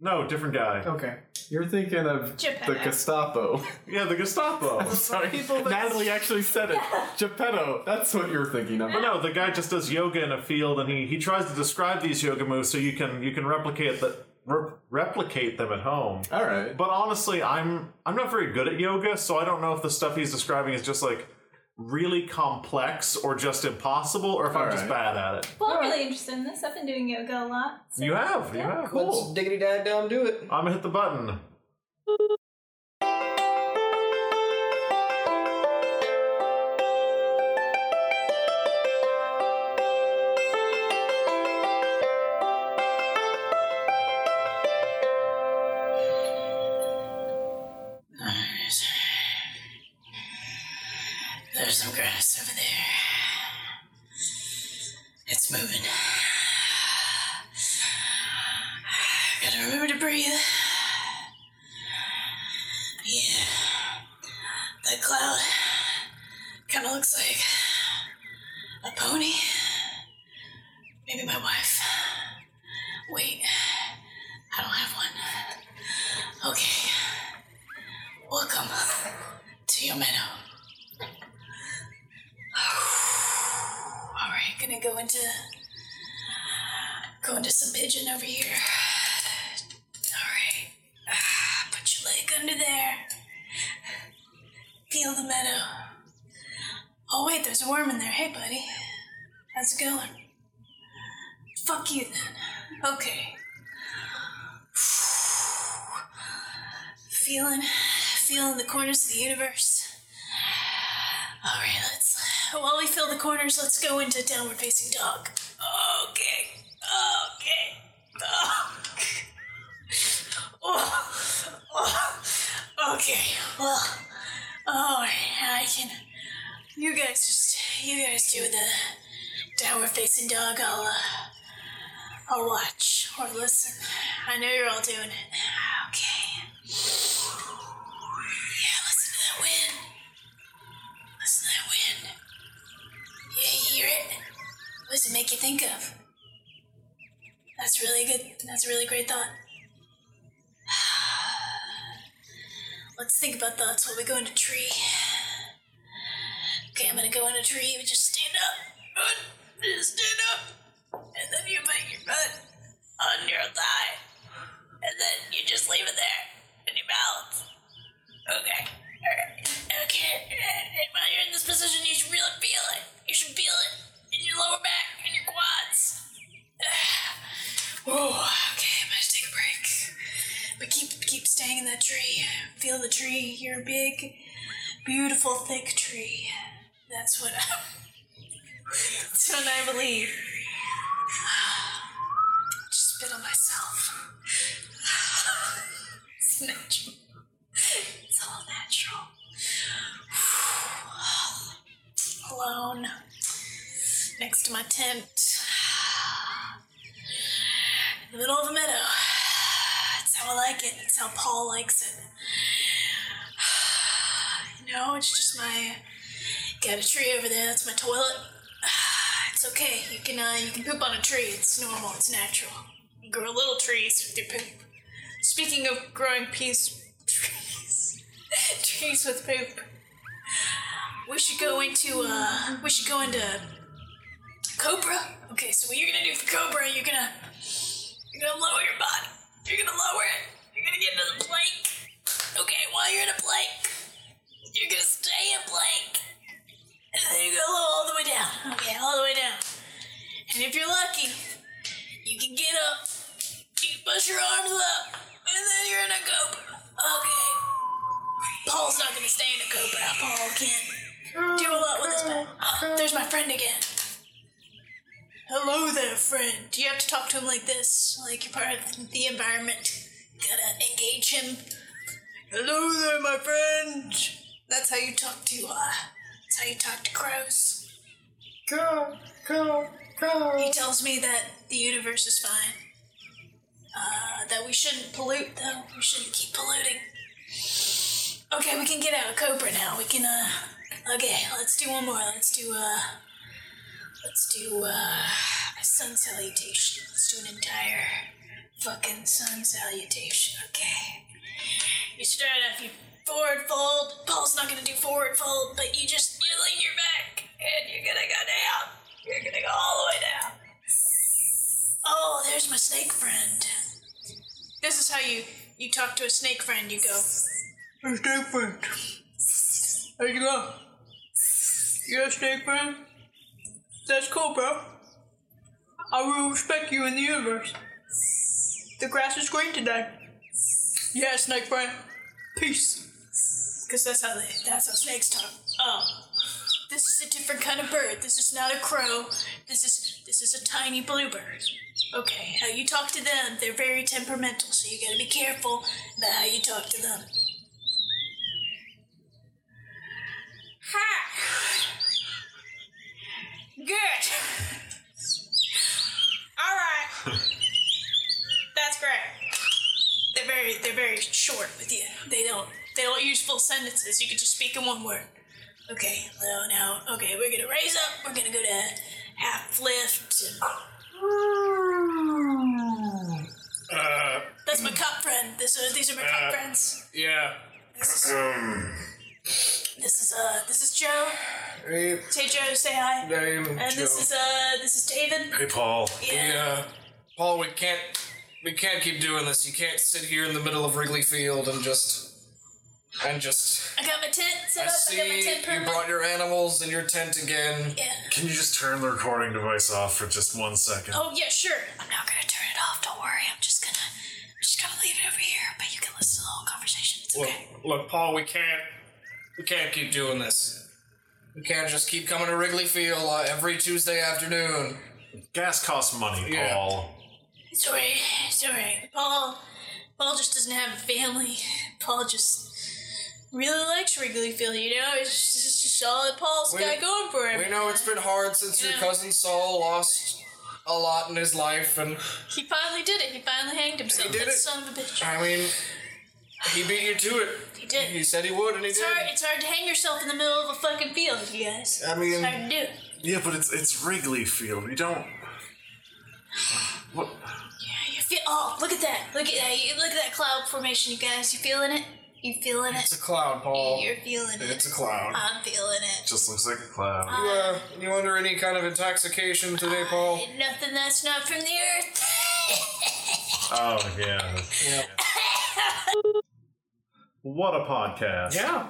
[SPEAKER 3] No, different guy.
[SPEAKER 5] Oh.
[SPEAKER 4] Okay.
[SPEAKER 5] You're thinking of
[SPEAKER 9] Geppetto.
[SPEAKER 5] the Gestapo.
[SPEAKER 3] Yeah, the Gestapo.
[SPEAKER 5] <laughs> Sorry, <laughs> Natalie actually said it. Geppetto. That's what you're thinking of.
[SPEAKER 3] But no, the guy just does yoga in a field, and he, he tries to describe these yoga moves so you can you can replicate the re- replicate them at home.
[SPEAKER 5] All right.
[SPEAKER 3] But honestly, I'm I'm not very good at yoga, so I don't know if the stuff he's describing is just like really complex or just impossible, or if I'm just
[SPEAKER 5] Alright.
[SPEAKER 3] bad at it.
[SPEAKER 9] Well, I'm really interested in this. I've been doing yoga a lot. So
[SPEAKER 3] You have, you have.
[SPEAKER 4] Let's diggity dad down do it.
[SPEAKER 3] I'm gonna hit the button.
[SPEAKER 2] There's some grass over there. It's moving. Gotta remember to breathe. Yeah. That cloud kinda looks like a pony. Maybe my wife. Wait, I don't have one. Okay. Welcome to your meadow. uh, <sighs> All right, gonna go into go into some pigeon over here. All right, Ah, put your leg under there. Feel the meadow. Oh wait, there's a worm in there. Hey, buddy, how's it going? Fuck you then. Okay. Feeling, feeling the corners of the universe. All right, let's. While we fill the corners, let's go into downward facing dog. Okay. Okay. Oh. Oh. Oh. Okay. Well. All right. I can. You guys just. You guys do the downward facing dog. I'll. Uh, I'll watch or listen. I know you're all doing it. Okay. Yeah. Listen to that wind. Listen to that wind. Yeah, you hear it? What does it make you think of? That's That's really good. That's a really great thought. Let's think about thoughts while we go into tree. Okay, I'm gonna go in a tree. You just stand up. Just stand up. And then you put your butt on your thigh. And then you just leave it there. And you balance. Okay. Alright. Okay. And while you're in this position, you should really feel it. You should feel it in your lower back and your quads. <sighs> Whoa. Okay, I'm gonna take a break. But keep keep staying in that tree. Feel the tree. You're a big, beautiful, thick tree. That's what I. <laughs> That's what I believe. Just spit on myself. <laughs> it's natural. It's all natural. <sighs> Alone. Next to my tent. In the middle of a meadow. That's how I like it. That's how Paul likes it. <sighs> You know, it's just my got a tree over there. That's my toilet. <sighs> It's okay. You can uh, you can poop on a tree. It's normal. It's natural. You grow little trees with your poop. Speaking of growing peas, trees, <laughs> trees with poop. We should go into uh, we should go into cobra. Okay, so what you're gonna do for cobra? You're gonna you're gonna lower your body. You're gonna lower it. You're gonna get into the plank. Okay, while you're in a plank, you're gonna stay in plank. And then you go all the way down. Okay, all the way down. And if you're lucky, you can get up. You can push your arms up. And then you're in a cobra. Okay. Paul's not gonna stay in a cobra. Paul can't do a lot with his back. Oh, there's my friend again. Hello there, friend. You have to talk to him like this, like you're part of the environment. Gotta engage him. Hello there, my friend. That's how you talk to uh, that's how you talk to crows.
[SPEAKER 4] Go, go,
[SPEAKER 2] He
[SPEAKER 4] go.
[SPEAKER 2] tells me that the universe is fine. Uh, that we shouldn't pollute, though. We shouldn't keep polluting. Okay, we can get out of Cobra now. We can, uh. Okay, let's do one more. Let's do, uh. Let's do, uh. A sun salutation. Let's do an entire fucking sun salutation. Okay. You start off, you forward fold. Paul's not gonna do forward fold, but you just, you lean your back, and you're gonna go down. You're gonna go all the way down. Oh, there's my snake friend.
[SPEAKER 11] This is how you you talk to a snake friend. You go,
[SPEAKER 4] Hey, snake friend. How you doing? You a snake friend? That's cool, bro. I will respect you in the universe. The grass is green today. Yeah, snake friend. Peace.
[SPEAKER 11] because that's how they that's how snakes talk. Oh, this is a different kind of bird. This is not a crow. This is this is a tiny bluebird. Okay, how you talk to them? They're very temperamental, so you gotta be careful about how you talk to them.
[SPEAKER 2] Ha!
[SPEAKER 11] Good. All right. That's great. They're very they're very short with you. They don't they don't use full sentences. You can just speak in one word. Okay. Well now okay we're gonna raise up. We're gonna go to half lift.
[SPEAKER 3] Uh,
[SPEAKER 11] That's my cup friend. This are, these are my cup
[SPEAKER 3] Uh.
[SPEAKER 11] friends.
[SPEAKER 3] yeah.
[SPEAKER 11] This is
[SPEAKER 3] Um,
[SPEAKER 11] this is uh this is Joe.
[SPEAKER 4] Hey,
[SPEAKER 11] Say Joe, say hi. And this is uh this is David.
[SPEAKER 3] hey, Paul.
[SPEAKER 4] Yeah, uh, Paul, we can't we can't keep doing this. You can't sit here in the middle of Wrigley Field and just and just.
[SPEAKER 11] I got my tent set
[SPEAKER 4] I
[SPEAKER 11] up. I got my
[SPEAKER 4] see
[SPEAKER 11] tent
[SPEAKER 4] you
[SPEAKER 11] permit.
[SPEAKER 4] brought your animals in your tent again.
[SPEAKER 11] yeah.
[SPEAKER 3] Can you just turn the recording device off for just one second?
[SPEAKER 11] Oh yeah, sure.
[SPEAKER 2] I'm not gonna turn it off. Don't worry. I'm just gonna, I'm just gonna leave it over here. But you can listen to the whole conversation. It's
[SPEAKER 4] Look,
[SPEAKER 2] okay.
[SPEAKER 4] look, Paul, we can't we can't keep doing this. We can't just keep coming to Wrigley Field uh, every Tuesday afternoon.
[SPEAKER 3] Gas costs money,
[SPEAKER 4] Yeah.
[SPEAKER 3] Paul.
[SPEAKER 11] It's alright. It's alright. Paul, Paul just doesn't have a family. Paul just really likes Wrigley Field. You know, it's just, it's just all that Paul's
[SPEAKER 4] We-
[SPEAKER 11] got going for him.
[SPEAKER 4] We know it's been hard since your
[SPEAKER 11] Yeah.
[SPEAKER 4] cousin Saul lost a lot in his life, and
[SPEAKER 11] He finally did it. He finally hanged himself.
[SPEAKER 4] He did
[SPEAKER 11] that
[SPEAKER 4] it.
[SPEAKER 11] son of a bitch.
[SPEAKER 4] I mean, he beat you to it.
[SPEAKER 11] He did.
[SPEAKER 4] He said he would, and he
[SPEAKER 11] It's
[SPEAKER 4] did.
[SPEAKER 11] hard. It's hard to hang yourself in the middle of a fucking field, you guys.
[SPEAKER 4] I mean-
[SPEAKER 11] it's hard to do.
[SPEAKER 3] Yeah, but it's it's Wrigley Field. You don't. What?
[SPEAKER 11] Feel, oh, look at that! Look at that! You- Look at that cloud formation, you guys. You feeling it? You feeling
[SPEAKER 4] It's
[SPEAKER 11] it?
[SPEAKER 4] a cloud, Paul.
[SPEAKER 11] You're feeling it.
[SPEAKER 4] It's a cloud.
[SPEAKER 11] I'm feeling it.
[SPEAKER 3] Just looks like a cloud.
[SPEAKER 4] You, uh, you under any kind of intoxication today, Paul?
[SPEAKER 11] Nothing that's not from the earth.
[SPEAKER 3] Oh yeah. What a podcast.
[SPEAKER 4] Yeah.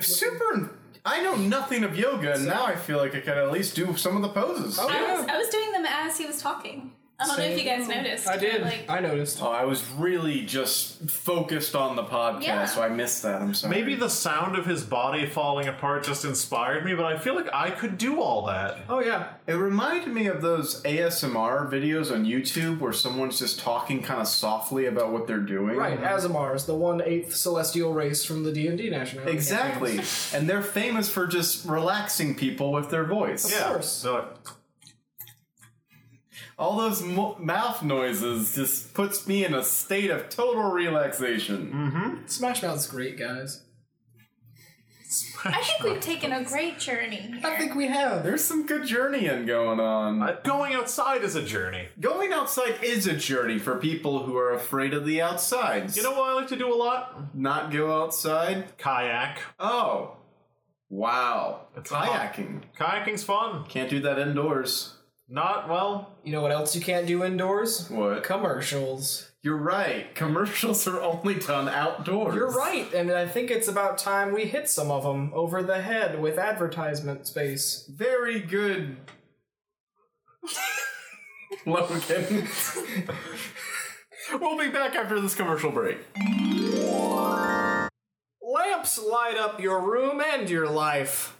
[SPEAKER 5] Super. I know nothing of yoga, and now I feel like I can at least do some of the poses.
[SPEAKER 4] Oh,
[SPEAKER 2] I, was,
[SPEAKER 4] yeah.
[SPEAKER 2] I was doing them as he was talking. I don't know if you guys noticed.
[SPEAKER 4] I did.
[SPEAKER 2] Like,
[SPEAKER 4] I noticed.
[SPEAKER 5] Oh, I was really just focused on the podcast,
[SPEAKER 2] Yeah.
[SPEAKER 5] so I missed that. I'm sorry.
[SPEAKER 3] Maybe the sound of his body falling apart just inspired me, but I feel like I could do all that.
[SPEAKER 5] Oh yeah, it reminded me of those ASMR videos on YouTube where someone's just talking kind of softly about what they're doing.
[SPEAKER 4] Right, Azamar is the one eighth celestial race from the D and D national.
[SPEAKER 5] Exactly. and they're famous for just relaxing people with their voice.
[SPEAKER 4] Of course.
[SPEAKER 3] So,
[SPEAKER 5] All those mo- mouth noises just puts me in a state of total
[SPEAKER 3] Mm-hmm.
[SPEAKER 5] relaxation.
[SPEAKER 4] Smash Mouth's great, guys.
[SPEAKER 2] I think we've taken a great journey.
[SPEAKER 5] I think we have. There's some good journeying going on.
[SPEAKER 3] uh, going outside is a journey.
[SPEAKER 5] Going outside is a journey for people who are afraid of the outsides.
[SPEAKER 3] You know what I like to do a lot?
[SPEAKER 5] not go outside.
[SPEAKER 3] Kayak.
[SPEAKER 5] Oh, wow!
[SPEAKER 3] It's
[SPEAKER 5] Kayaking
[SPEAKER 3] Kayaking's fun.
[SPEAKER 5] can't do that indoors.
[SPEAKER 3] Not well.
[SPEAKER 4] You know what else you can't do indoors?
[SPEAKER 5] What?
[SPEAKER 4] Commercials.
[SPEAKER 5] You're right. <laughs> Commercials are only done outdoors.
[SPEAKER 4] You're right, and I think it's about time we hit some of them over the head with advertisement space.
[SPEAKER 5] Very good.
[SPEAKER 12] <laughs>
[SPEAKER 5] Logan. we'll be back after this commercial break.
[SPEAKER 4] Lamps light up your room and your life.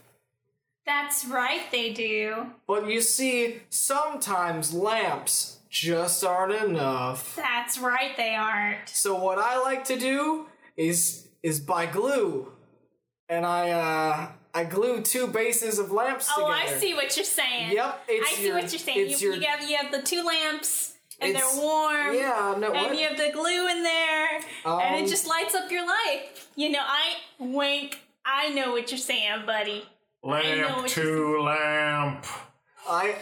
[SPEAKER 2] That's right, they do.
[SPEAKER 4] But you see, sometimes lamps just aren't enough.
[SPEAKER 2] That's right, they aren't.
[SPEAKER 4] So what I like to do is is buy glue, and I uh I glue two bases of lamps
[SPEAKER 2] Oh,
[SPEAKER 4] together.
[SPEAKER 2] I see what you're saying.
[SPEAKER 4] Yep, it's
[SPEAKER 2] I see
[SPEAKER 4] your-
[SPEAKER 2] what you're saying. You,
[SPEAKER 4] it's your-
[SPEAKER 2] you, have, you have the two lamps, and
[SPEAKER 4] It's-
[SPEAKER 2] they're warm.
[SPEAKER 4] Yeah, no.
[SPEAKER 2] And
[SPEAKER 4] what?
[SPEAKER 2] you have the glue in there, and
[SPEAKER 4] Um,
[SPEAKER 2] it just lights up your life. You know, I wink. I know what you're saying, buddy. know
[SPEAKER 3] Lamp
[SPEAKER 2] what
[SPEAKER 3] to lamp.
[SPEAKER 4] I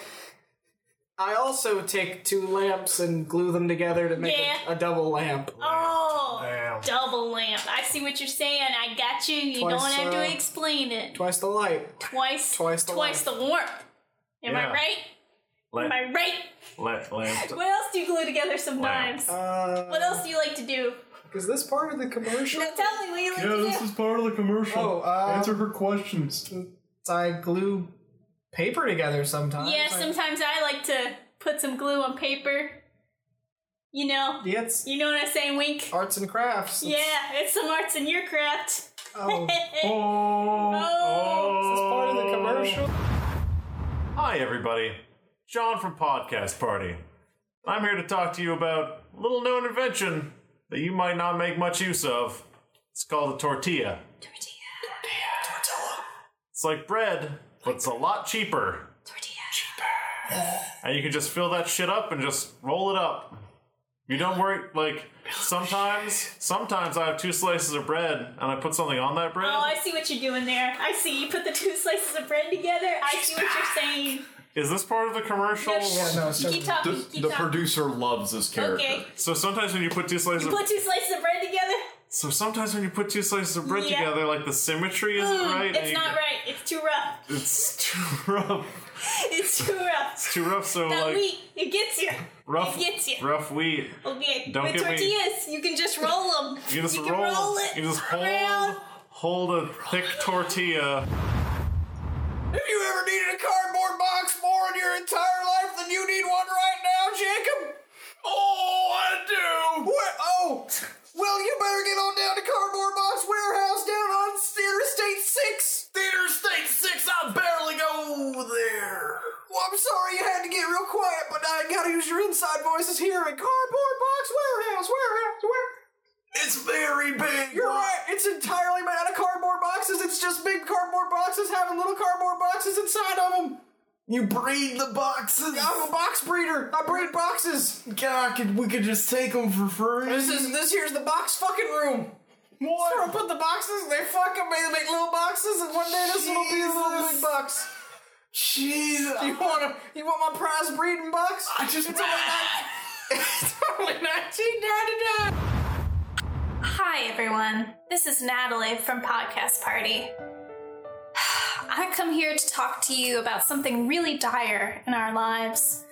[SPEAKER 4] I also take two lamps and glue them together to make
[SPEAKER 2] Yeah.
[SPEAKER 4] a, a double lamp.
[SPEAKER 2] Oh,
[SPEAKER 3] lamp.
[SPEAKER 2] double lamp. I see what you're saying. I got you. You
[SPEAKER 4] Twice,
[SPEAKER 2] don't have
[SPEAKER 4] uh,
[SPEAKER 2] to explain it.
[SPEAKER 4] Twice the light.
[SPEAKER 2] twice,
[SPEAKER 4] twice the
[SPEAKER 2] twice the warmth. Am
[SPEAKER 3] Yeah.
[SPEAKER 2] I right? Am
[SPEAKER 3] Lamp.
[SPEAKER 2] I right?
[SPEAKER 3] Lamp. Lamp.
[SPEAKER 2] What else do you glue together sometimes?
[SPEAKER 4] Uh,
[SPEAKER 2] What else do you like to do?
[SPEAKER 4] is this part of the commercial?
[SPEAKER 2] No, tell me what you like to do.
[SPEAKER 5] is part of the commercial.
[SPEAKER 4] Oh, uh,
[SPEAKER 5] Answer her questions.
[SPEAKER 4] I glue paper together sometimes.
[SPEAKER 2] Yeah,
[SPEAKER 4] I-
[SPEAKER 2] sometimes I like to put some glue on paper. You know,
[SPEAKER 4] Yeah, it's
[SPEAKER 2] you know what I'm saying, wink.
[SPEAKER 4] arts and crafts. It's-
[SPEAKER 2] Yeah, it's some arts in your craft.
[SPEAKER 4] <laughs> Oh, is
[SPEAKER 2] Oh,
[SPEAKER 4] this part of the commercial?
[SPEAKER 3] Hi, everybody. John from Podcast Party. I'm here to talk to you about a little known invention that you might not make much use of. It's called a tortilla. It's like bread, but it's a lot cheaper. And you can just fill that shit up and just roll it up. You don't worry, like, sometimes, sometimes I have two slices of bread and I put something on that bread.
[SPEAKER 2] Oh, I see what you're doing there. I see you put the two <laughs> slices of bread together. I see what you're saying.
[SPEAKER 3] Is this part of the commercial?
[SPEAKER 2] No, shh.
[SPEAKER 4] Yeah, no, it's
[SPEAKER 2] Keep
[SPEAKER 4] just
[SPEAKER 2] talking.
[SPEAKER 5] The,
[SPEAKER 2] keep
[SPEAKER 5] the
[SPEAKER 2] talking.
[SPEAKER 5] producer loves this character.
[SPEAKER 2] Okay.
[SPEAKER 3] So sometimes when you put two slices
[SPEAKER 2] You
[SPEAKER 3] of
[SPEAKER 2] put two slices of bread together?
[SPEAKER 3] So sometimes when you put two slices of bread
[SPEAKER 2] Yeah.
[SPEAKER 3] together, like the symmetry isn't
[SPEAKER 2] Mm,
[SPEAKER 3] right. and
[SPEAKER 2] It's
[SPEAKER 3] you
[SPEAKER 2] not
[SPEAKER 3] get-
[SPEAKER 2] right. It's too rough.
[SPEAKER 3] <laughs> It's too rough.
[SPEAKER 2] It's
[SPEAKER 3] <laughs>
[SPEAKER 2] too rough.
[SPEAKER 3] Too rough. So
[SPEAKER 2] That
[SPEAKER 3] like
[SPEAKER 2] wheat, it gets you.
[SPEAKER 3] rough,
[SPEAKER 2] it gets you.
[SPEAKER 3] rough wheat.
[SPEAKER 2] Okay.
[SPEAKER 3] Don't
[SPEAKER 2] With
[SPEAKER 3] get me-
[SPEAKER 2] tortillas, you can just roll them.
[SPEAKER 3] You just
[SPEAKER 2] can
[SPEAKER 3] roll.
[SPEAKER 2] roll it
[SPEAKER 3] you just hold,
[SPEAKER 2] around.
[SPEAKER 3] hold a thick tortilla.
[SPEAKER 4] Have you ever needed a cardboard box more in your entire life than you need one right now, Jacob? Oh, I do. What? Oh, well, you better get on down to Cardboard Box Warehouse down on Interstate Six. Interstate Six, I barely go there. Well, I'm sorry you had to get real quiet, but I gotta use your inside voices here at Cardboard Box Warehouse. Warehouse, where?
[SPEAKER 5] It's very big.
[SPEAKER 4] You're right. It's entirely made out of cardboard boxes. It's just big cardboard boxes having little cardboard boxes inside of them.
[SPEAKER 5] You breed the boxes.
[SPEAKER 4] I'm a box breeder. I breed boxes.
[SPEAKER 5] God, could, we could just take them for free.
[SPEAKER 4] This is this here's the box fucking room. What? So I put the boxes. They fuck them. They make little boxes, and one day this will be a little big box.
[SPEAKER 5] Jesus.
[SPEAKER 4] You want a, You want my prize breeding box?
[SPEAKER 5] I just <laughs>
[SPEAKER 4] It's only nine-
[SPEAKER 2] Hi, everyone. This is Natalie from Podcast Party. <sighs> I come here to talk to you about something really dire in our lives.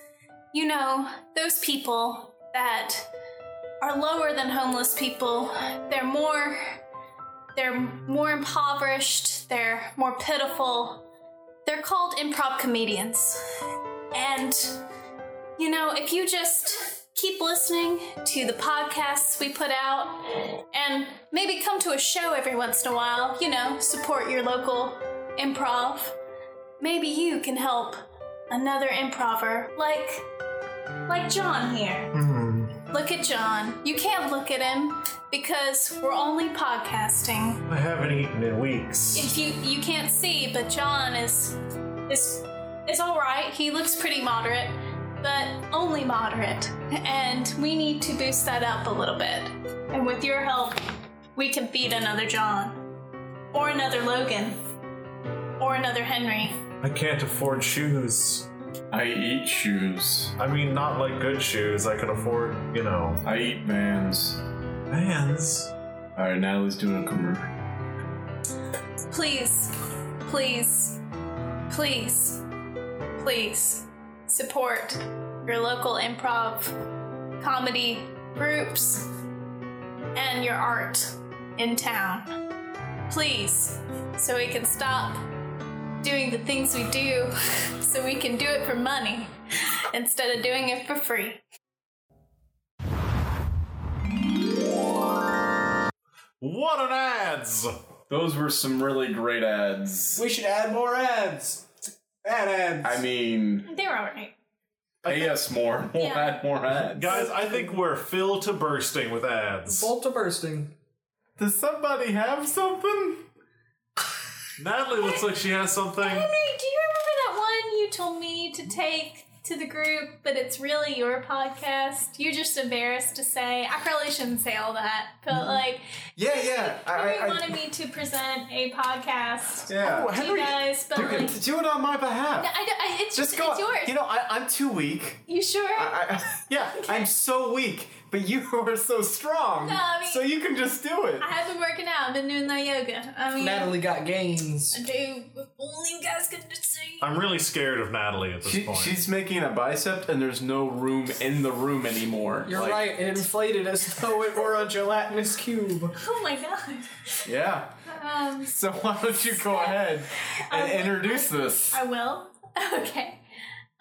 [SPEAKER 2] You know, those people that are lower than homeless people, they're more they're more impoverished, they're more pitiful. They're called improv comedians. And you know, if you just keep listening to the podcasts we put out and maybe come to a show every once in a while, you know, support your local improv, maybe you can help another improver like like John here. Look at John. You can't look at him because we're only podcasting
[SPEAKER 3] I haven't eaten in weeks.
[SPEAKER 2] if you you can't see, but John is is is all right. He looks pretty moderate, but only moderate. And we need to boost that up a little bit. And with your help, we can beat another John, or another Logan, or another Henry.
[SPEAKER 3] I can't afford shoes.
[SPEAKER 12] I eat shoes.
[SPEAKER 3] I mean, not like good shoes. I can afford, you know,
[SPEAKER 12] I eat vans.
[SPEAKER 3] Vans.
[SPEAKER 12] All right, Natalie's doing a commercial.
[SPEAKER 2] Please, please, please, please support your local improv comedy groups and your art in town. Please, so we can stop doing the things we do, <laughs> so we can do it for money instead of doing it for free.
[SPEAKER 3] What an ads!
[SPEAKER 12] Those were some really great ads.
[SPEAKER 4] We should add more ads. Add ads.
[SPEAKER 12] I mean,
[SPEAKER 2] They were alright.
[SPEAKER 12] pay us more. <laughs> We'll
[SPEAKER 2] Yeah.
[SPEAKER 12] add more ads.
[SPEAKER 3] Guys, I think we're filled to bursting with ads.
[SPEAKER 4] Bolt to bursting.
[SPEAKER 12] does somebody have something?
[SPEAKER 3] Natalie looks like she has something.
[SPEAKER 2] Henry, do you remember that one you told me to take to the group, but it's really your podcast? You're just embarrassed to say. I probably shouldn't say all that,
[SPEAKER 5] Mm-hmm.
[SPEAKER 2] but like,
[SPEAKER 4] Yeah, yeah.
[SPEAKER 2] Henry
[SPEAKER 4] I, I, I,
[SPEAKER 2] wanted me to present a podcast.
[SPEAKER 4] yeah.
[SPEAKER 2] to you guys, but like,
[SPEAKER 5] Do it on my behalf.
[SPEAKER 2] No, I don't- I- it's
[SPEAKER 5] Just
[SPEAKER 2] just
[SPEAKER 5] go.
[SPEAKER 2] it's yours.
[SPEAKER 5] You know, I, I'm too weak.
[SPEAKER 2] you sure?
[SPEAKER 5] I, I, yeah, I'm so weak, but you <laughs> are so strong.
[SPEAKER 2] No, I mean-
[SPEAKER 5] so you can just do it.
[SPEAKER 2] I have been working out. I've been doing that yoga. Um, I mean,
[SPEAKER 4] Natalie got gains.
[SPEAKER 2] dude, if only you guys could just see.
[SPEAKER 3] I'm really scared of Natalie at this
[SPEAKER 12] She,
[SPEAKER 3] point.
[SPEAKER 12] she's making a bicep, and there's no room in the room anymore.
[SPEAKER 4] You're
[SPEAKER 12] Like,
[SPEAKER 4] right. It inflated as <laughs> though it were a gelatinous cube.
[SPEAKER 2] Oh my god.
[SPEAKER 12] Yeah.
[SPEAKER 2] Um,
[SPEAKER 12] So why don't you go ahead and introduce this?
[SPEAKER 2] I will. <laughs> Okay.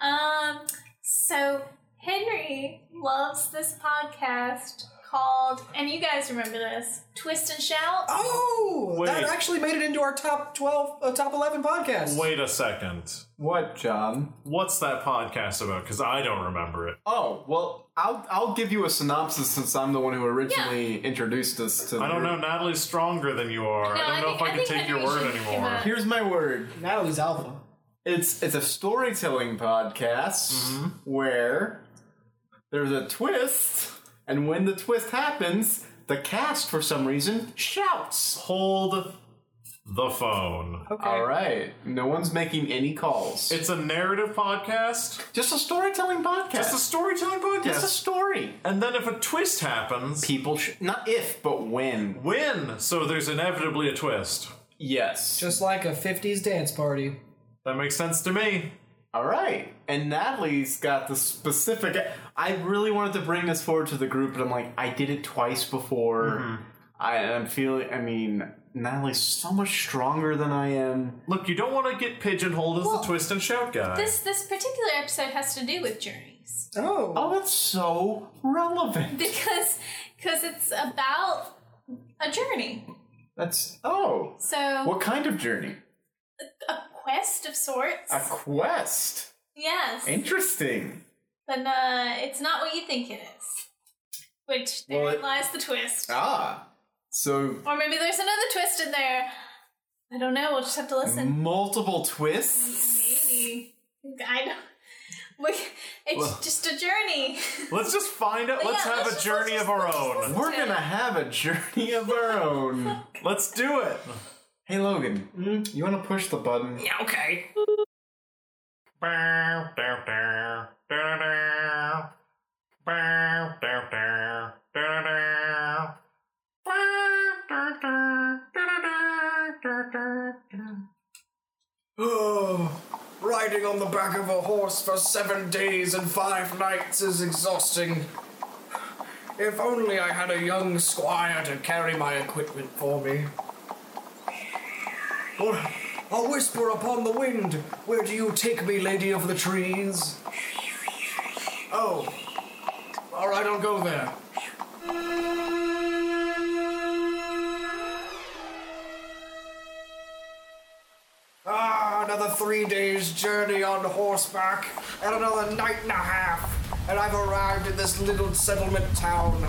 [SPEAKER 2] Um. So Henry loves this podcast called, and you guys remember this, Twist and Shout.
[SPEAKER 4] Oh, that
[SPEAKER 3] Wait.
[SPEAKER 4] actually made it into our top twelve, uh, top eleven podcast.
[SPEAKER 3] Wait a second.
[SPEAKER 5] What, John?
[SPEAKER 3] What's that podcast about? Because I don't remember it.
[SPEAKER 5] Oh, well, I'll I'll give you a synopsis since I'm the one who originally introduced us to.
[SPEAKER 3] I don't know. Natalie's stronger than you are.
[SPEAKER 2] No,
[SPEAKER 3] I
[SPEAKER 2] I
[SPEAKER 3] don't know
[SPEAKER 2] think-
[SPEAKER 3] if I,
[SPEAKER 2] I
[SPEAKER 3] can
[SPEAKER 2] think
[SPEAKER 3] take your
[SPEAKER 2] Henry
[SPEAKER 3] word
[SPEAKER 2] should give
[SPEAKER 3] anymore.
[SPEAKER 2] up.
[SPEAKER 5] Here's my word.
[SPEAKER 4] Natalie's alpha.
[SPEAKER 5] It's it's a storytelling podcast where there's a twist, and when the twist happens, the cast for some reason shouts.
[SPEAKER 3] Hold the phone.
[SPEAKER 4] Okay.
[SPEAKER 5] All right, no one's making any calls.
[SPEAKER 3] It's a narrative podcast.
[SPEAKER 5] just a storytelling podcast.
[SPEAKER 3] It's a storytelling
[SPEAKER 5] Just a
[SPEAKER 3] podcast.
[SPEAKER 5] story.
[SPEAKER 3] and then if a twist happens,
[SPEAKER 5] People sh- not if but when.
[SPEAKER 3] win. So there's inevitably a twist.
[SPEAKER 5] Yes.
[SPEAKER 4] Just like a '50s dance party.
[SPEAKER 3] That makes sense to me.
[SPEAKER 5] All right. And Natalie's got the specific. I really wanted to bring this forward to the group, but I'm like, I did it twice before. I, I'm feeling. I mean, Natalie's so much stronger than I am.
[SPEAKER 3] Look, you don't want to get pigeonholed as
[SPEAKER 2] Well,
[SPEAKER 3] the twist and shout guy.
[SPEAKER 2] This this particular episode has to do with journeys <laughs>
[SPEAKER 4] Oh.
[SPEAKER 5] Oh, that's so relevant.
[SPEAKER 2] because because it's about a journey.
[SPEAKER 5] That's oh.
[SPEAKER 2] So
[SPEAKER 5] What kind of journey?
[SPEAKER 2] a quest of sorts.
[SPEAKER 5] A quest.
[SPEAKER 2] yes,
[SPEAKER 5] Interesting.
[SPEAKER 2] but uh, it's not what you think it is. Which there
[SPEAKER 5] Well, it-
[SPEAKER 2] lies the twist.
[SPEAKER 5] Ah. So
[SPEAKER 2] Or maybe there's another twist in there. I don't know. We'll just have to listen.
[SPEAKER 5] multiple twists.
[SPEAKER 2] Maybe. I don't. We, it's just a journey.
[SPEAKER 3] let's just find out.
[SPEAKER 2] But
[SPEAKER 3] Let's
[SPEAKER 2] yeah,
[SPEAKER 3] have
[SPEAKER 2] let's
[SPEAKER 3] a
[SPEAKER 2] just-
[SPEAKER 3] journey
[SPEAKER 2] let's
[SPEAKER 3] of our
[SPEAKER 2] just-
[SPEAKER 3] own.
[SPEAKER 2] let's just-
[SPEAKER 5] We're gonna have a journey of our own.
[SPEAKER 3] Let's do it.
[SPEAKER 5] hey, Logan. You want to push the button?
[SPEAKER 4] Yeah. Okay. Oh, <sighs> riding on the back of a horse for seven days and five nights is exhausting. If only I had a young squire to carry my equipment for me. Or a whisper upon the wind, where do you take me, lady of the trees? Oh, alright, I'll go there. Ah, another three days' journey on horseback, and another night and a half, and I've arrived at this little settlement town.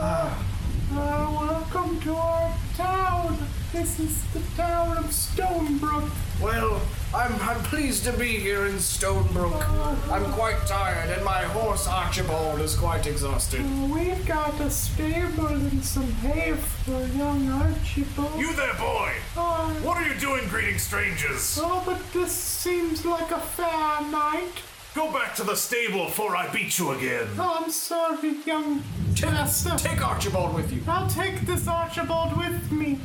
[SPEAKER 4] Ah, ah, welcome to our town. This is the town of Stonebrook. Well, I'm, I'm pleased to be here in Stonebrook. I'm quite tired, and my horse Archibald is quite exhausted.
[SPEAKER 13] We've got a stable and some hay for young Archibald.
[SPEAKER 3] You there, boy!
[SPEAKER 13] Oh,
[SPEAKER 3] What are you doing greeting strangers?
[SPEAKER 13] oh, but this seems like a fair night.
[SPEAKER 3] Go back to the stable before I beat you again.
[SPEAKER 13] Oh, I'm sorry, young Tessa.
[SPEAKER 4] Take Archibald with you.
[SPEAKER 13] I'll take this Archibald with me.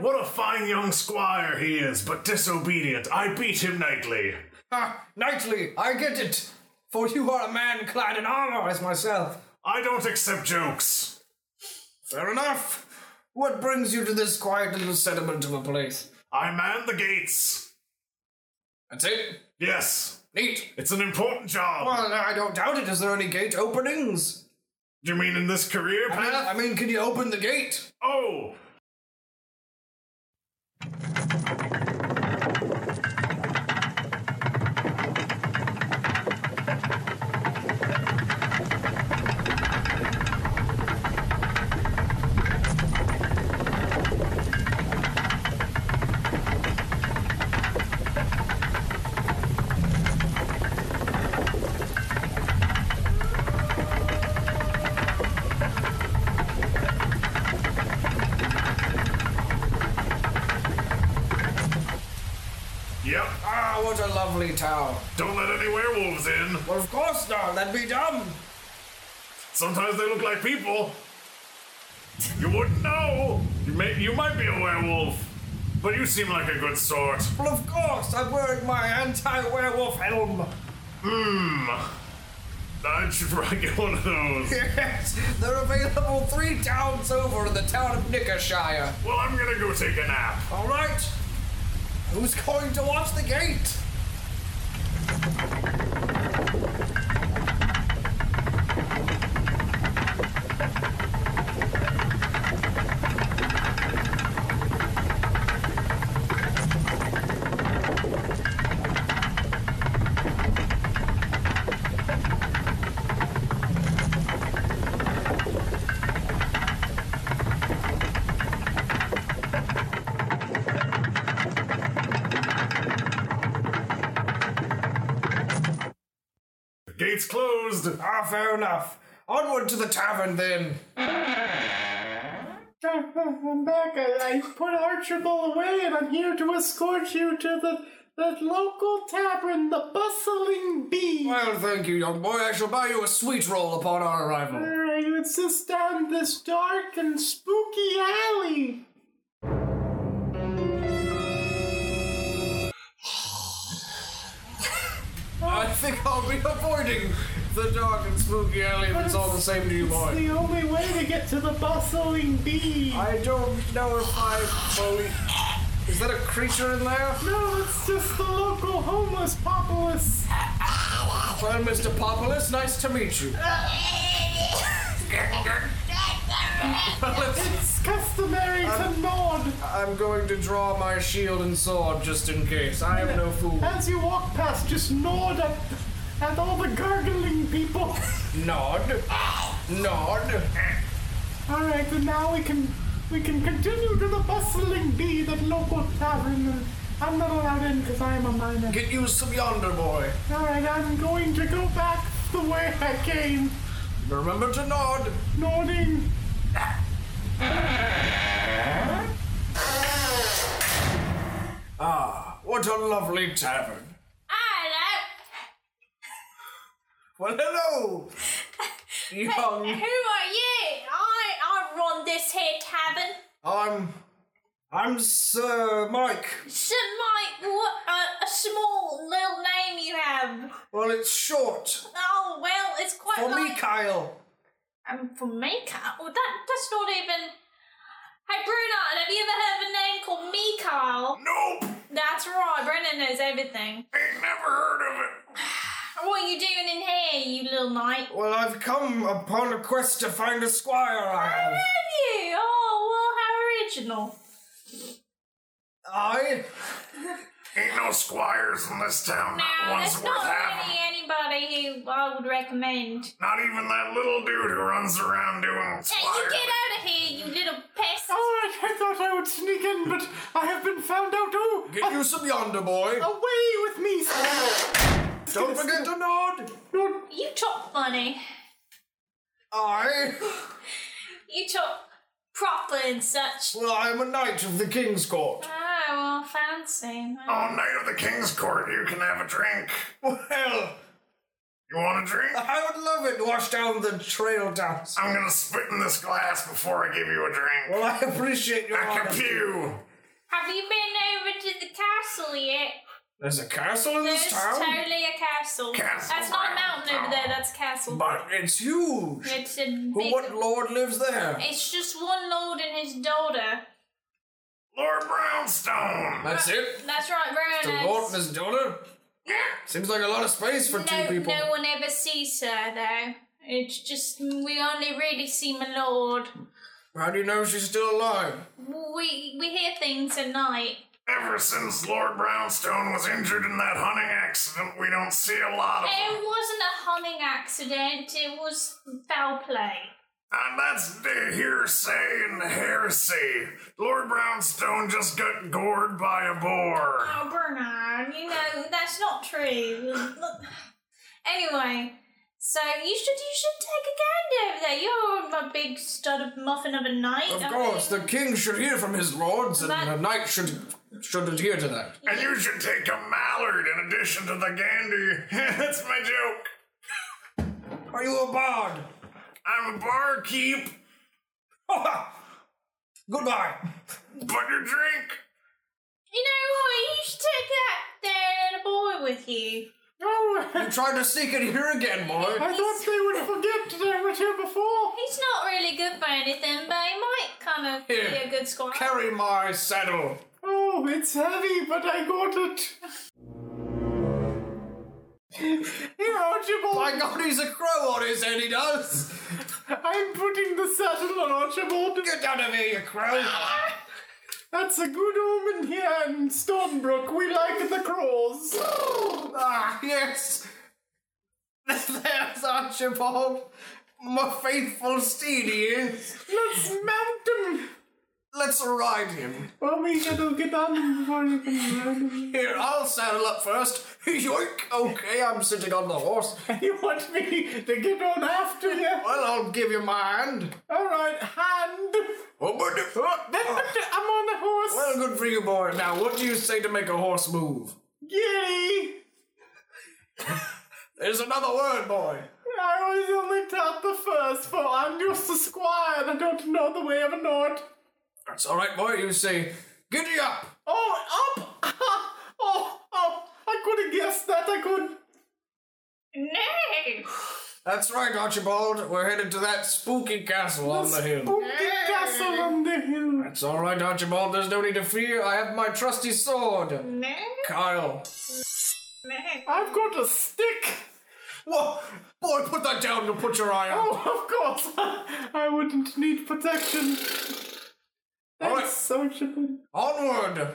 [SPEAKER 3] What a fine young squire he is, but disobedient. I beat him nightly.
[SPEAKER 4] Ah, Knightley, I get it. For you are a man clad in armor as myself.
[SPEAKER 3] I don't accept jokes.
[SPEAKER 4] Fair enough. What brings you to this quiet little settlement of a place?
[SPEAKER 3] I man the gates.
[SPEAKER 4] That's it?
[SPEAKER 3] Yes,
[SPEAKER 4] Neat.
[SPEAKER 3] it's an important job.
[SPEAKER 4] Well, I don't doubt it. Is there any gate openings?
[SPEAKER 3] Do you mean in this career
[SPEAKER 4] I mean,
[SPEAKER 3] path?
[SPEAKER 4] I mean, can you open the gate?
[SPEAKER 3] Oh! Yep.
[SPEAKER 4] Ah, what a lovely town.
[SPEAKER 3] Don't let any werewolves in.
[SPEAKER 4] Well, of course not. That'd be dumb.
[SPEAKER 3] Sometimes they look like people. You wouldn't know. You may, you might be a werewolf, but you seem like a good sort.
[SPEAKER 4] Well, of course. I'm wearing my anti-werewolf helm.
[SPEAKER 3] Mmm. <laughs> I should probably get one of those.
[SPEAKER 4] Yes, <laughs> they're available three towns over in the town of Nickershire.
[SPEAKER 3] Well, I'm gonna go take a nap.
[SPEAKER 4] All right. Who's going to watch the gate?
[SPEAKER 3] Gates closed.
[SPEAKER 4] Ah, fair enough. Onward to the tavern then.
[SPEAKER 13] I'm back. I, I put Archibald away, and I'm here to escort you to the, the local tavern, the Bustling Bee.
[SPEAKER 4] Well, thank you, young boy. I shall buy you a sweet roll upon our arrival.
[SPEAKER 13] Where you insist down this dark and spooky alley.
[SPEAKER 4] I think I'll be avoiding the dark and spooky alley if it's all the same to you,
[SPEAKER 13] It's
[SPEAKER 4] boy.
[SPEAKER 13] the only way to get to the Bustling Bee.
[SPEAKER 4] I don't know if I fully. Is that a creature in there?
[SPEAKER 13] no, it's just the local homeless populace.
[SPEAKER 4] Well, Mr. Populus, nice to meet you.
[SPEAKER 13] It's customary to nod
[SPEAKER 4] I'm going to draw my shield and sword just in case. I am no fool.
[SPEAKER 13] as you walk past. Just nod at, at all the gargling people. <laughs>
[SPEAKER 4] Nod. Nod.
[SPEAKER 13] All right, then now we can we can continue to the bustling bee, that local tavern. uh, I'm not allowed in because I am a minor.
[SPEAKER 4] Get you some yonder boy.
[SPEAKER 13] All right, I'm going to go back the way I came,
[SPEAKER 4] Remember to nod.
[SPEAKER 13] nodding.
[SPEAKER 4] What a lovely tavern.
[SPEAKER 14] I
[SPEAKER 4] Well, hello. You,
[SPEAKER 2] Who
[SPEAKER 3] Oh.
[SPEAKER 4] um,
[SPEAKER 2] are you? I I run this here tavern.
[SPEAKER 4] I'm, I'm Sir Mike.
[SPEAKER 2] Sir Mike, what uh, a, a small little name you have.
[SPEAKER 4] Well, it's short
[SPEAKER 2] Oh well, it's quite
[SPEAKER 4] for me,
[SPEAKER 2] like
[SPEAKER 4] Kyle.
[SPEAKER 2] um, for Mika. Well, that that's not even. Hey Bruno, have you ever heard of a name called Mikhail?
[SPEAKER 3] Nope.
[SPEAKER 2] That's right. Brendan knows everything.
[SPEAKER 3] Ain't never heard of it.
[SPEAKER 2] <sighs> What are you doing in here, you little knight?
[SPEAKER 4] Well, I've come upon a quest to find a squire. I have.
[SPEAKER 2] Have you? Oh well, how original.
[SPEAKER 4] I
[SPEAKER 3] Ain't no squires in this town.
[SPEAKER 2] No,
[SPEAKER 3] Not one's
[SPEAKER 2] there's
[SPEAKER 3] worth
[SPEAKER 2] not
[SPEAKER 3] having.
[SPEAKER 2] really anybody who I would recommend.
[SPEAKER 3] Not even that little dude who runs around doing
[SPEAKER 2] Hey, you
[SPEAKER 3] squire.
[SPEAKER 2] get out of here, you little pest!
[SPEAKER 13] Alright, I thought I would sneak in, but I have been found out. Oh,
[SPEAKER 4] get you some yonder boy.
[SPEAKER 13] away with me,
[SPEAKER 4] Don't forget to nod.
[SPEAKER 2] You talk funny.
[SPEAKER 4] I.
[SPEAKER 2] You talk proper and such.
[SPEAKER 4] Well, I am a knight of the king's court.
[SPEAKER 2] Oh, well, fancy.
[SPEAKER 3] Oh, Knight of the King's Court, you can have a drink.
[SPEAKER 4] Well,
[SPEAKER 3] You want a drink?
[SPEAKER 4] I would love it. to Wash down the trail dance.
[SPEAKER 3] I'm gonna spit in this glass before I give you a drink.
[SPEAKER 4] Well, I appreciate your
[SPEAKER 3] I
[SPEAKER 13] Oh,
[SPEAKER 4] honesty.
[SPEAKER 3] pew.
[SPEAKER 2] Have you been over to the castle yet?
[SPEAKER 4] There's a castle in
[SPEAKER 2] There's
[SPEAKER 4] this town,
[SPEAKER 2] totally a castle.
[SPEAKER 3] Castle
[SPEAKER 2] That's not a
[SPEAKER 3] round
[SPEAKER 2] mountain over there, that's a castle.
[SPEAKER 4] but it's huge.
[SPEAKER 2] It's a big.
[SPEAKER 4] But what lord lives there?
[SPEAKER 2] It's just one lord and his daughter.
[SPEAKER 3] Lord Brownstone.
[SPEAKER 4] That's it.
[SPEAKER 2] That's right,
[SPEAKER 4] The
[SPEAKER 2] Bruno.
[SPEAKER 4] lord and his daughter. Seems like a lot of space for two
[SPEAKER 2] no,
[SPEAKER 4] people.
[SPEAKER 2] no one ever sees her though. It's just we only really see my lord.
[SPEAKER 4] How do you know she's still alive?
[SPEAKER 2] We we hear things at night.
[SPEAKER 3] Ever since Lord Brownstone was injured in that hunting accident, we don't see a lot of
[SPEAKER 2] It
[SPEAKER 3] him.
[SPEAKER 2] wasn't a hunting accident. It was foul play.
[SPEAKER 3] And that's the hearsay and heresy. Lord Brownstone just got gored by a boar.
[SPEAKER 2] Oh, Bruno, you know that's not true. Look- anyway, so you should you should take a gander over there. You're a big stud of muffin of a knight.
[SPEAKER 4] Of
[SPEAKER 2] I
[SPEAKER 4] course,
[SPEAKER 2] mean,
[SPEAKER 4] the king should hear from his lords, and
[SPEAKER 2] That-
[SPEAKER 4] a knight should should adhere to that.
[SPEAKER 3] And you should take a mallard in addition to the gandy. <laughs> That's my joke.
[SPEAKER 4] Are you a bard?
[SPEAKER 3] I'm a barkeep,
[SPEAKER 4] <laughs> Goodbye.
[SPEAKER 3] but your drink.
[SPEAKER 2] you know what? You should take that there boy with you.
[SPEAKER 4] You tried to sneak in here again, boy.
[SPEAKER 13] I thought they would forget that I was here before.
[SPEAKER 2] He's not really good for anything, but he might kind of
[SPEAKER 4] Here.
[SPEAKER 2] be a good squire.
[SPEAKER 4] Carry my saddle.
[SPEAKER 13] Oh, it's heavy, but I
[SPEAKER 4] <laughs>
[SPEAKER 13] got it. Here, Archibald.
[SPEAKER 4] My God, he's a crow on his head. He does.
[SPEAKER 13] I'm putting the saddle on Archibald.
[SPEAKER 4] Get down of here, you crow.
[SPEAKER 13] That's a good omen here in Stonebrook. We like the crows.
[SPEAKER 4] ah, yes. There's Archibald. My faithful steed he is.
[SPEAKER 13] Let's mount them.
[SPEAKER 4] Let's ride him.
[SPEAKER 13] Well, we gotta get on before <laughs> you can ride him.
[SPEAKER 4] Here, I'll saddle up first. <laughs> Yoink! Okay, I'm sitting on the horse.
[SPEAKER 13] You want me to get on after you?
[SPEAKER 4] Well, I'll give you my hand.
[SPEAKER 13] All right, hand.
[SPEAKER 4] Oh, but- oh,
[SPEAKER 13] I'm
[SPEAKER 4] oh.
[SPEAKER 13] on the horse.
[SPEAKER 4] Well, good for you, boy. Now, what do you say to make a horse move?
[SPEAKER 13] Giddy.
[SPEAKER 4] There's another word, boy.
[SPEAKER 13] I was only taught the first, for I'm just a squire and I don't know the way of a knot.
[SPEAKER 4] That's all right, boy. You say, giddy up.
[SPEAKER 13] Oh, up! oh, oh, I could have guessed that. I could.
[SPEAKER 2] No.
[SPEAKER 4] That's right, Archibald. We're headed to that spooky castle on the hill.
[SPEAKER 13] Spooky castle on the hill.
[SPEAKER 4] That's all right, Archibald. There's no need to fear. I have my trusty sword.
[SPEAKER 2] No.
[SPEAKER 4] Kyle.
[SPEAKER 13] I've got a stick.
[SPEAKER 4] Whoa, boy, put that down. You'll put your eye out.
[SPEAKER 13] Oh, of course. <laughs> I wouldn't need protection.
[SPEAKER 4] All right.
[SPEAKER 13] That's so chipping.
[SPEAKER 4] Onward!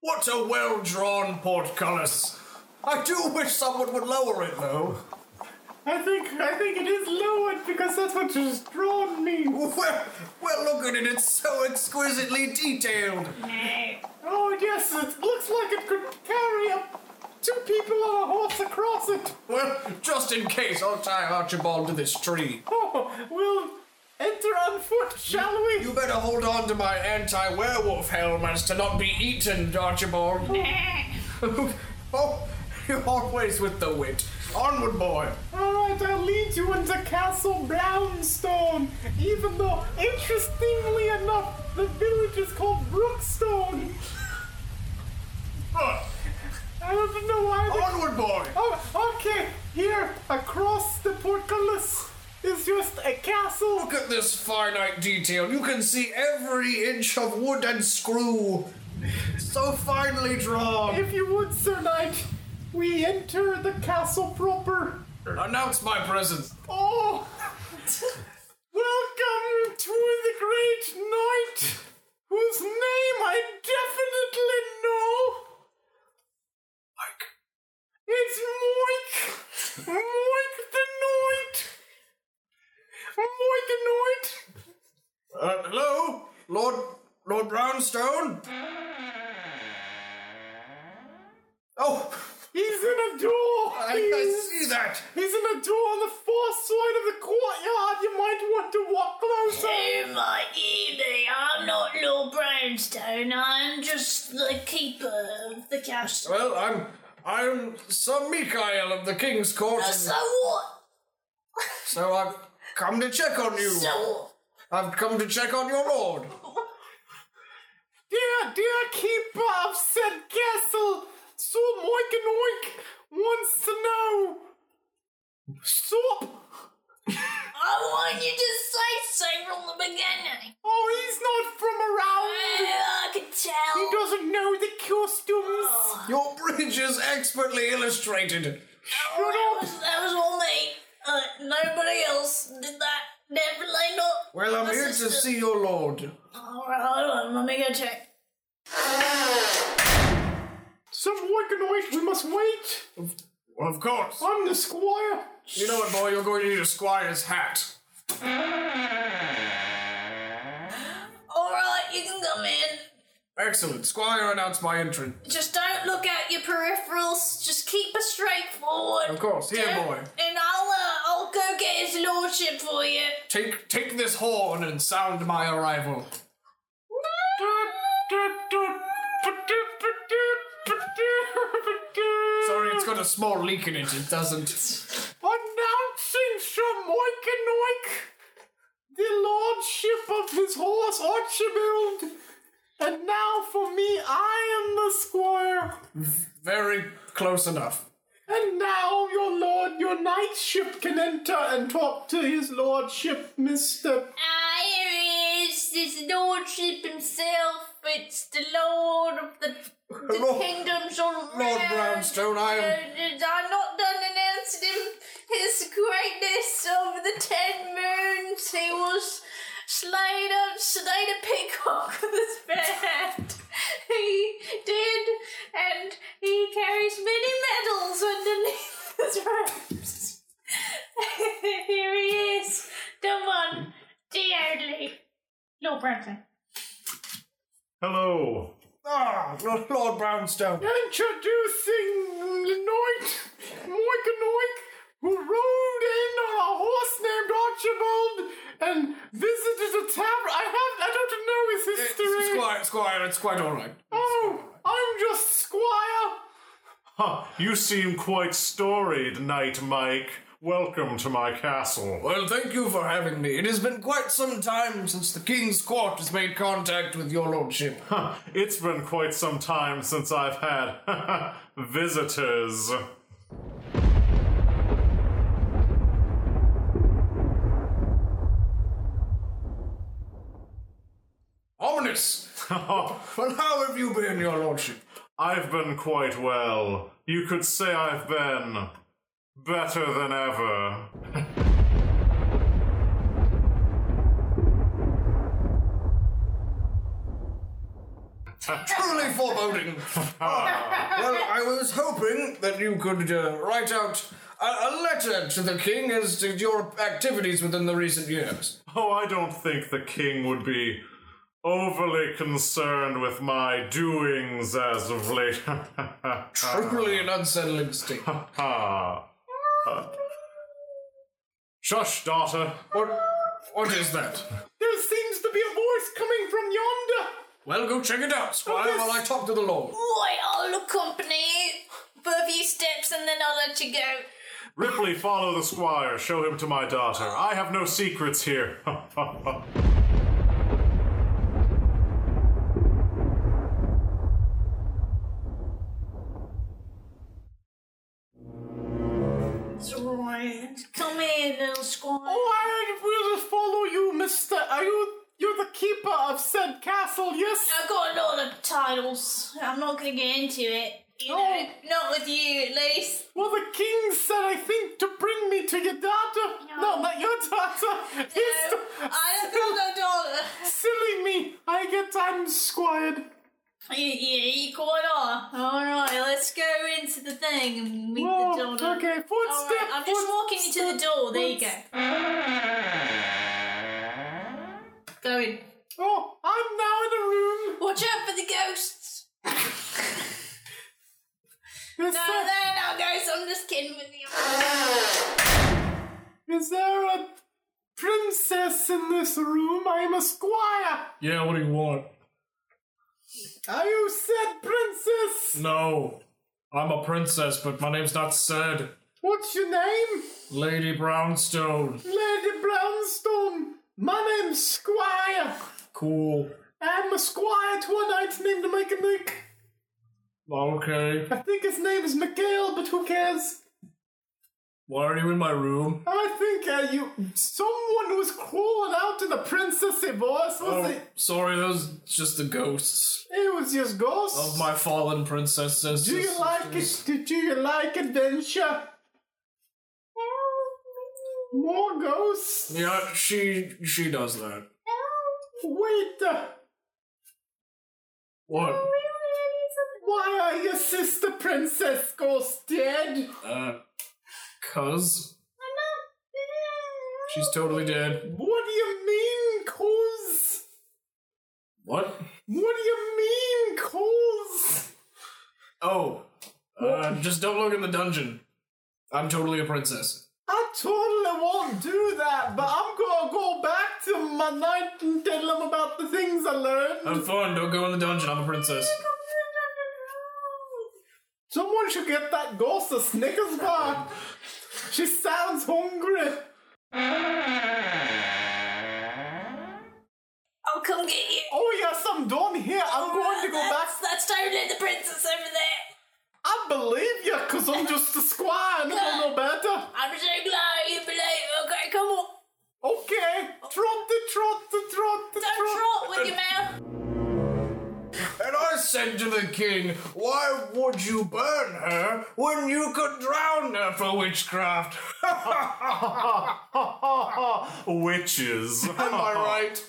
[SPEAKER 4] What a well drawn portcullis! I do wish someone would lower it though.
[SPEAKER 13] I think I think it is lowered because that's what has drawn me.
[SPEAKER 4] Well, well, look at it, it's so exquisitely detailed.
[SPEAKER 13] Oh yes, it looks like it could carry up two people on a horse across it.
[SPEAKER 4] Well, just in case, I'll tie Archibald to this tree.
[SPEAKER 13] Oh, we'll enter on foot, shall we?
[SPEAKER 4] You better hold on to my anti
[SPEAKER 13] <laughs>
[SPEAKER 4] werewolf helm as to not be eaten, Archibald. oh, You're always with the wit. Onward, boy.
[SPEAKER 13] All right, I'll lead you into Castle Brownstone. Even though, interestingly enough, the village is called Brookstone. I don't know why. They...
[SPEAKER 4] Onward, boy.
[SPEAKER 13] Oh, okay. Here, across the portcullis, is just a castle.
[SPEAKER 4] Look at this finite detail. You can see every inch of wood and screw. So finely drawn.
[SPEAKER 13] If you would, Sir Knight, we enter the castle proper.
[SPEAKER 4] Announce my presence.
[SPEAKER 13] Oh! Welcome to the great knight, whose name I definitely know. Mike. It's Moik! Moik the Knight! Moik the Knight!
[SPEAKER 4] Uh, hello, Lord Lord Brownstone. Oh,
[SPEAKER 13] He's in a door!
[SPEAKER 4] I- I
[SPEAKER 13] He's-
[SPEAKER 4] see that.
[SPEAKER 13] He's in a door on the far side of the courtyard! You might want to walk closer!
[SPEAKER 2] Who might you be? I'm not Lord Brownstone. I'm just the keeper of the castle.
[SPEAKER 4] well, I'm I'm Sir Mikael of the King's Court.
[SPEAKER 2] So what?
[SPEAKER 4] So I've come to check on you.
[SPEAKER 2] So
[SPEAKER 4] I've come to check on your lord.
[SPEAKER 13] Dear, dear keeper of said castle, so Moik and Oik wants to know. Sop!
[SPEAKER 2] I want you to say so from the beginning.
[SPEAKER 13] Oh, he's not from
[SPEAKER 4] Oh.
[SPEAKER 13] around!
[SPEAKER 2] I can tell.
[SPEAKER 13] He doesn't know the costumes!
[SPEAKER 4] Your bridge is expertly illustrated.
[SPEAKER 2] that, was, that was all me. Uh, nobody else did that. Definitely not.
[SPEAKER 4] Well, I'm
[SPEAKER 2] my
[SPEAKER 4] here to
[SPEAKER 2] sister.
[SPEAKER 4] see your lord.
[SPEAKER 2] All right, hold on. Let me go check.
[SPEAKER 13] Some Moik and Oik, we must wait!
[SPEAKER 4] Well, of course.
[SPEAKER 13] I'm the squire!
[SPEAKER 4] You know what, boy? You're going to need a squire's hat.
[SPEAKER 2] All right, you can come in.
[SPEAKER 4] Excellent. Squire announced my entrance.
[SPEAKER 2] Just don't look at your peripherals. Just keep it straightforward.
[SPEAKER 4] Of course. Here,
[SPEAKER 2] Don't-
[SPEAKER 4] boy.
[SPEAKER 2] And I'll uh, I'll go get his lordship for you.
[SPEAKER 4] Take take this horn and sound my arrival. Sorry, it's got a small leak in it. It doesn't.
[SPEAKER 13] Announcing Sir Moik and Oik, the lordship of his horse Archibald. And now for me, I am the squire.
[SPEAKER 4] Very close enough.
[SPEAKER 13] And now your lord, your knightship can enter and talk to his lordship, Mr.
[SPEAKER 2] Ah, here he is, his lordship himself. It's the lord of the, the
[SPEAKER 4] Lord-
[SPEAKER 2] kingdoms on
[SPEAKER 4] Lord Brownstone, I am.
[SPEAKER 2] I'm not done announcing him his greatness over the ten moons. He was slain a slain a peacock with his bare hand. He did, and he carries many medals underneath his robes. <laughs> Here he is, the one, the only, Lord Brownstone.
[SPEAKER 3] Hello.
[SPEAKER 4] Ah, Lord- Lord Brownstone.
[SPEAKER 13] Introducing Lenoit Moikanoik, who rode in on a horse named Archibald and visited a tavern. I have I don't know his history.
[SPEAKER 4] Squire, Squire, it's quite all right.
[SPEAKER 13] Oh, I'm just Squire.
[SPEAKER 3] Huh, you seem quite storied, Knight Mike. Welcome to my castle.
[SPEAKER 4] Well, thank you for having me. It has been quite some time since the King's Court has made contact with your lordship.
[SPEAKER 3] Huh, it's been quite some time since I've had <laughs> visitors.
[SPEAKER 4] Ominous! Well, how have you been, your lordship?
[SPEAKER 3] I've been quite well. You could say I've been better than ever.
[SPEAKER 4] Truly <laughs> foreboding. Ah, well, I was hoping that you could uh, write out a, a letter to the king as to your activities within the recent years.
[SPEAKER 3] Oh, I don't think the king would be overly concerned with my doings as of late. <laughs>
[SPEAKER 4] Truly an unsettling <laughs> state.
[SPEAKER 3] Ah. Shush, daughter.
[SPEAKER 4] What? What is that?
[SPEAKER 13] There seems to be a voice coming from yonder.
[SPEAKER 4] Well, go check it out, squire. While I talk to the lord.
[SPEAKER 2] Boy, I'll accompany you. But if you
[SPEAKER 15] steps and then I'll let you go.
[SPEAKER 3] Ripley, follow the squire. Show him to my daughter. I have no secrets here. <laughs>
[SPEAKER 2] It's alright. Come in, little squire.
[SPEAKER 13] Oh, I will follow you, Mister. Are you? You're the keeper of said castle, yes?
[SPEAKER 2] I got a lot of titles. I'm not gonna get into it. You know, not with you at least.
[SPEAKER 13] Well, the king said, I think, to bring me to your daughter. No, not your daughter. His da-
[SPEAKER 2] I don't got no daughter.
[SPEAKER 13] Silly me. I get I'm squired.
[SPEAKER 2] Yeah, yeah, <laughs> you quite are. Alright, let's go into the thing and meet
[SPEAKER 13] Whoa,
[SPEAKER 2] the daughter.
[SPEAKER 13] Oh, okay, footstep,
[SPEAKER 2] Alright, I'm just walking you to the door. There you go. Go in.
[SPEAKER 13] Oh, I'm now in the room.
[SPEAKER 2] Watch out for the ghosts.
[SPEAKER 13] no,
[SPEAKER 2] they're not ghosts. I'm just kidding with you.
[SPEAKER 13] Is there a princess in this room? I am a squire.
[SPEAKER 4] Yeah, what do you want?
[SPEAKER 13] Are you said princess?
[SPEAKER 4] No. I'm a princess, but my name's not said.
[SPEAKER 13] What's your name?
[SPEAKER 4] Lady Brownstone.
[SPEAKER 13] Lady Brownstone. My name's Squire.
[SPEAKER 4] Cool.
[SPEAKER 13] I'm a squire to a knight's named Mechanic.
[SPEAKER 4] Okay.
[SPEAKER 13] I think his name is Mikhail, but who cares?
[SPEAKER 4] Why are you in my room?
[SPEAKER 13] I think uh, you. Someone was crawling out to the princess divorce, was
[SPEAKER 4] Oh,
[SPEAKER 13] it?
[SPEAKER 4] sorry, those just the ghosts
[SPEAKER 13] It was just ghosts.
[SPEAKER 4] of Oh, my fallen princesses.
[SPEAKER 13] Do you like it? Do, do you like adventure? More ghosts?
[SPEAKER 4] Yeah, she she does that.
[SPEAKER 13] Wait. uh,
[SPEAKER 4] What?
[SPEAKER 13] Why are your sister princess ghosts dead?
[SPEAKER 4] Uh, cuz she's totally dead.
[SPEAKER 13] What do you mean, cause?
[SPEAKER 4] What?
[SPEAKER 13] What do you mean, cause?
[SPEAKER 4] Oh, uh, just don't look in the dungeon. I'm totally a princess.
[SPEAKER 13] I totally won't do that, but I'm gonna go back to my knight and tell him about the things I learned.
[SPEAKER 4] Have fun. Don't go in the dungeon. I'm a princess.
[SPEAKER 13] Someone should get that ghost a Snickers bar. she sounds hungry.
[SPEAKER 2] I'll come get you.
[SPEAKER 13] Oh yes, I'm done here. I'm
[SPEAKER 16] Oh,
[SPEAKER 13] going to go back.
[SPEAKER 2] That's, that's totally the princess over there.
[SPEAKER 13] I believe you, cause I'm just a squire and I don't know better.
[SPEAKER 2] I'm so glad you believe. Okay, come on.
[SPEAKER 13] Okay, trot the trot the trot the
[SPEAKER 2] Don't trot with your mouth.
[SPEAKER 17] And I said to the king, Why would you burn her when you could drown her for
[SPEAKER 4] <laughs>
[SPEAKER 17] witchcraft?
[SPEAKER 3] <laughs>
[SPEAKER 13] <laughs>
[SPEAKER 3] Witches. Am
[SPEAKER 17] I right?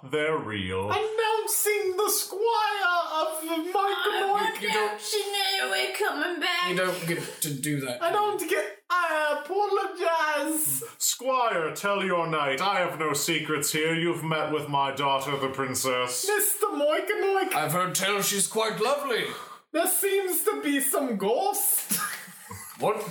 [SPEAKER 3] <laughs> They're real.
[SPEAKER 13] Announcing the squire
[SPEAKER 3] <laughs>
[SPEAKER 13] of Micronoid.
[SPEAKER 4] You don't.
[SPEAKER 2] She knew we're coming back.
[SPEAKER 4] You don't get to do that.
[SPEAKER 13] I don't get. I apologize.
[SPEAKER 3] Squire, tell your knight, I have no secrets here. You've met with my daughter, the princess.
[SPEAKER 13] Mr. Moikanoik,
[SPEAKER 4] I've heard tell she's quite lovely.
[SPEAKER 13] there seems to be some ghost.
[SPEAKER 4] <laughs> What?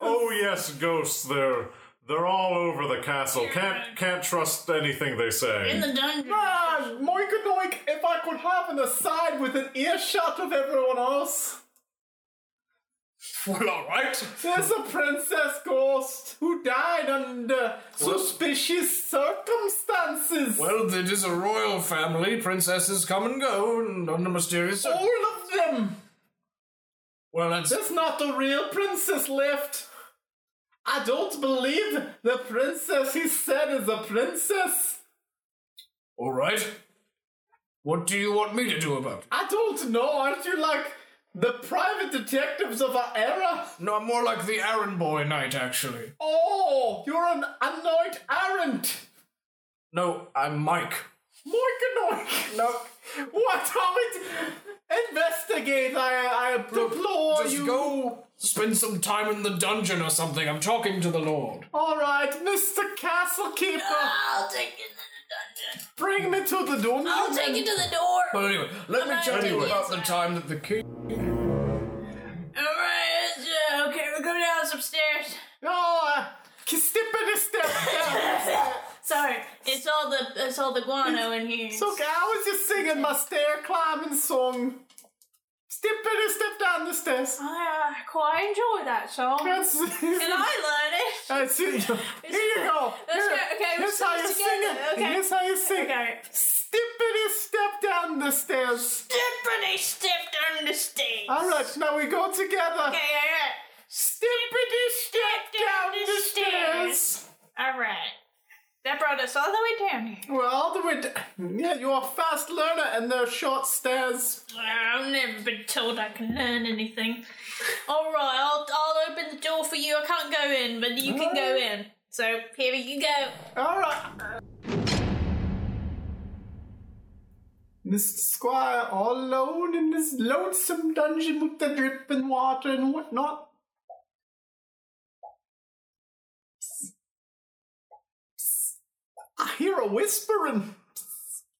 [SPEAKER 3] Oh yes, ghosts. They're they're all over the castle. Can't can't trust anything they say.
[SPEAKER 2] the dungeon.
[SPEAKER 4] Ah.
[SPEAKER 13] Man, Moikanoik, if I could have an aside with an earshot of everyone else.
[SPEAKER 4] Well, all right.
[SPEAKER 13] There's a princess ghost who died under suspicious circumstances.
[SPEAKER 4] Well, it is a royal family. Princesses come and go, and under mysterious. cir-
[SPEAKER 13] All of them.
[SPEAKER 4] Well, that's
[SPEAKER 13] There's not a real princess left. I don't believe the princess he said is a princess.
[SPEAKER 4] all right. What do you want me to do about? it?
[SPEAKER 13] I don't know. Aren't you like the private detectives of our era?
[SPEAKER 4] No, I'm more like the errand boy knight, actually.
[SPEAKER 13] Oh, you're an annoyed errant.
[SPEAKER 4] No, I'm Mike.
[SPEAKER 13] Moikanoik. No. What? How it? Investigate. I, I deplore
[SPEAKER 4] Just
[SPEAKER 13] you.
[SPEAKER 4] go spend some time in the dungeon or something. I'm talking to the Lord.
[SPEAKER 13] All right, Mr. Castle Keeper.
[SPEAKER 2] I'll take you to the dungeon.
[SPEAKER 13] Bring me to the dungeon.
[SPEAKER 2] I'll take you to the door.
[SPEAKER 4] But anyway, let
[SPEAKER 2] I'm
[SPEAKER 4] me
[SPEAKER 2] not
[SPEAKER 4] tell you
[SPEAKER 2] taking
[SPEAKER 4] about the time that the king.
[SPEAKER 2] Alright, let's, uh, okay, we'll go down some stairs.
[SPEAKER 13] Oh, uh, step in a step. down.
[SPEAKER 2] <laughs> Sorry, it's all the it's all the guano in here.
[SPEAKER 13] it's okay. I was just singing my stair climbing song. Step
[SPEAKER 5] Step better step down the stairs.
[SPEAKER 18] I uh, quite enjoy that song. and
[SPEAKER 5] <laughs>
[SPEAKER 18] I learn it.
[SPEAKER 5] That's it. Here you go.
[SPEAKER 18] That's
[SPEAKER 5] Uh, Here.
[SPEAKER 18] good. Okay, we're
[SPEAKER 5] Here's how
[SPEAKER 18] singing
[SPEAKER 5] you sing it.
[SPEAKER 18] together. Okay.
[SPEAKER 5] Here's how you sing
[SPEAKER 18] Okay.
[SPEAKER 5] Stippity step down the stairs.
[SPEAKER 16] Steppity step down the stairs.
[SPEAKER 5] All right, now we go together.
[SPEAKER 16] Okay, all right.
[SPEAKER 5] Steppity
[SPEAKER 16] step down, the stairs. All right.
[SPEAKER 18] That brought us all the way down here.
[SPEAKER 5] We're all the way down. Yeah, you're a fast learner and they're short stairs.
[SPEAKER 18] I've never been told I can learn
[SPEAKER 2] <laughs>
[SPEAKER 18] anything. All right, I'll, I'll open the door for you. I can't go in, but you can go in. So here you go.
[SPEAKER 5] All right. Mr. Squire, all alone in this lonesome dungeon with the dripping water and whatnot. I hear a whispering.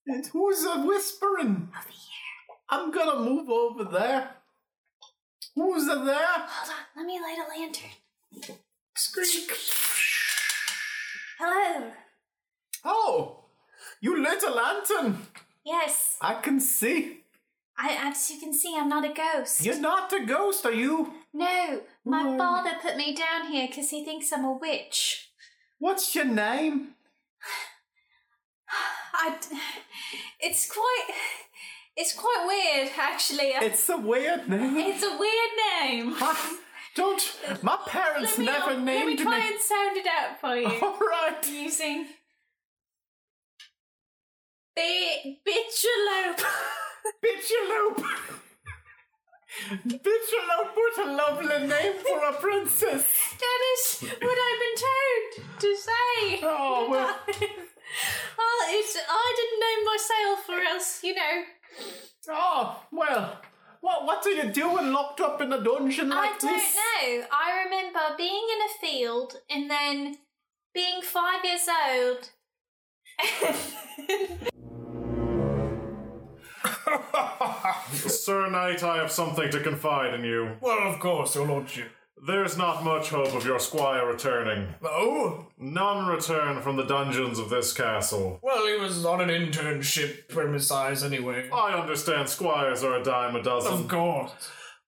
[SPEAKER 5] And who's a whispering? Over here. I'm gonna move over there. Who's a there?
[SPEAKER 2] Hold on, let me light a lantern.
[SPEAKER 5] Scream.
[SPEAKER 2] Hello.
[SPEAKER 5] Oh, you lit a lantern.
[SPEAKER 2] Yes,
[SPEAKER 5] I can see.
[SPEAKER 2] I, as you can see, I'm not a ghost.
[SPEAKER 5] You're not a ghost, are you?
[SPEAKER 2] No, my father put me down here because he thinks I'm a witch.
[SPEAKER 5] What's your name?
[SPEAKER 2] I. d- It's quite. It's quite weird, actually. I-
[SPEAKER 5] It's a weird name.
[SPEAKER 2] <laughs> It's a weird name.
[SPEAKER 5] Don't. My parents
[SPEAKER 2] Let me-
[SPEAKER 5] never
[SPEAKER 2] Let me
[SPEAKER 5] named
[SPEAKER 2] try
[SPEAKER 5] me.
[SPEAKER 2] and sound it out for you.
[SPEAKER 5] All right.
[SPEAKER 2] Using. Bi-
[SPEAKER 5] <laughs>
[SPEAKER 2] Bitchalope.
[SPEAKER 5] Bitchalope. Bitchalope, what a lovely name for a princess.
[SPEAKER 2] That is what I've been told to say.
[SPEAKER 5] Oh, well.
[SPEAKER 2] <laughs> well, it's, I didn't name myself, or else, you know.
[SPEAKER 5] Oh, well. What, what are you doing locked up in a dungeon like
[SPEAKER 2] I don't
[SPEAKER 5] this?
[SPEAKER 2] know. I remember being in a field and then being five years old.
[SPEAKER 3] Sir Knight, I have something to confide in you.
[SPEAKER 4] Well, of course, Your Lordship.
[SPEAKER 3] There's not much hope of your squire returning.
[SPEAKER 4] No?
[SPEAKER 3] None return from the dungeons of this castle.
[SPEAKER 4] Well, he was on an internship premises anyway.
[SPEAKER 3] I understand squires are a dime a dozen.
[SPEAKER 4] Of course.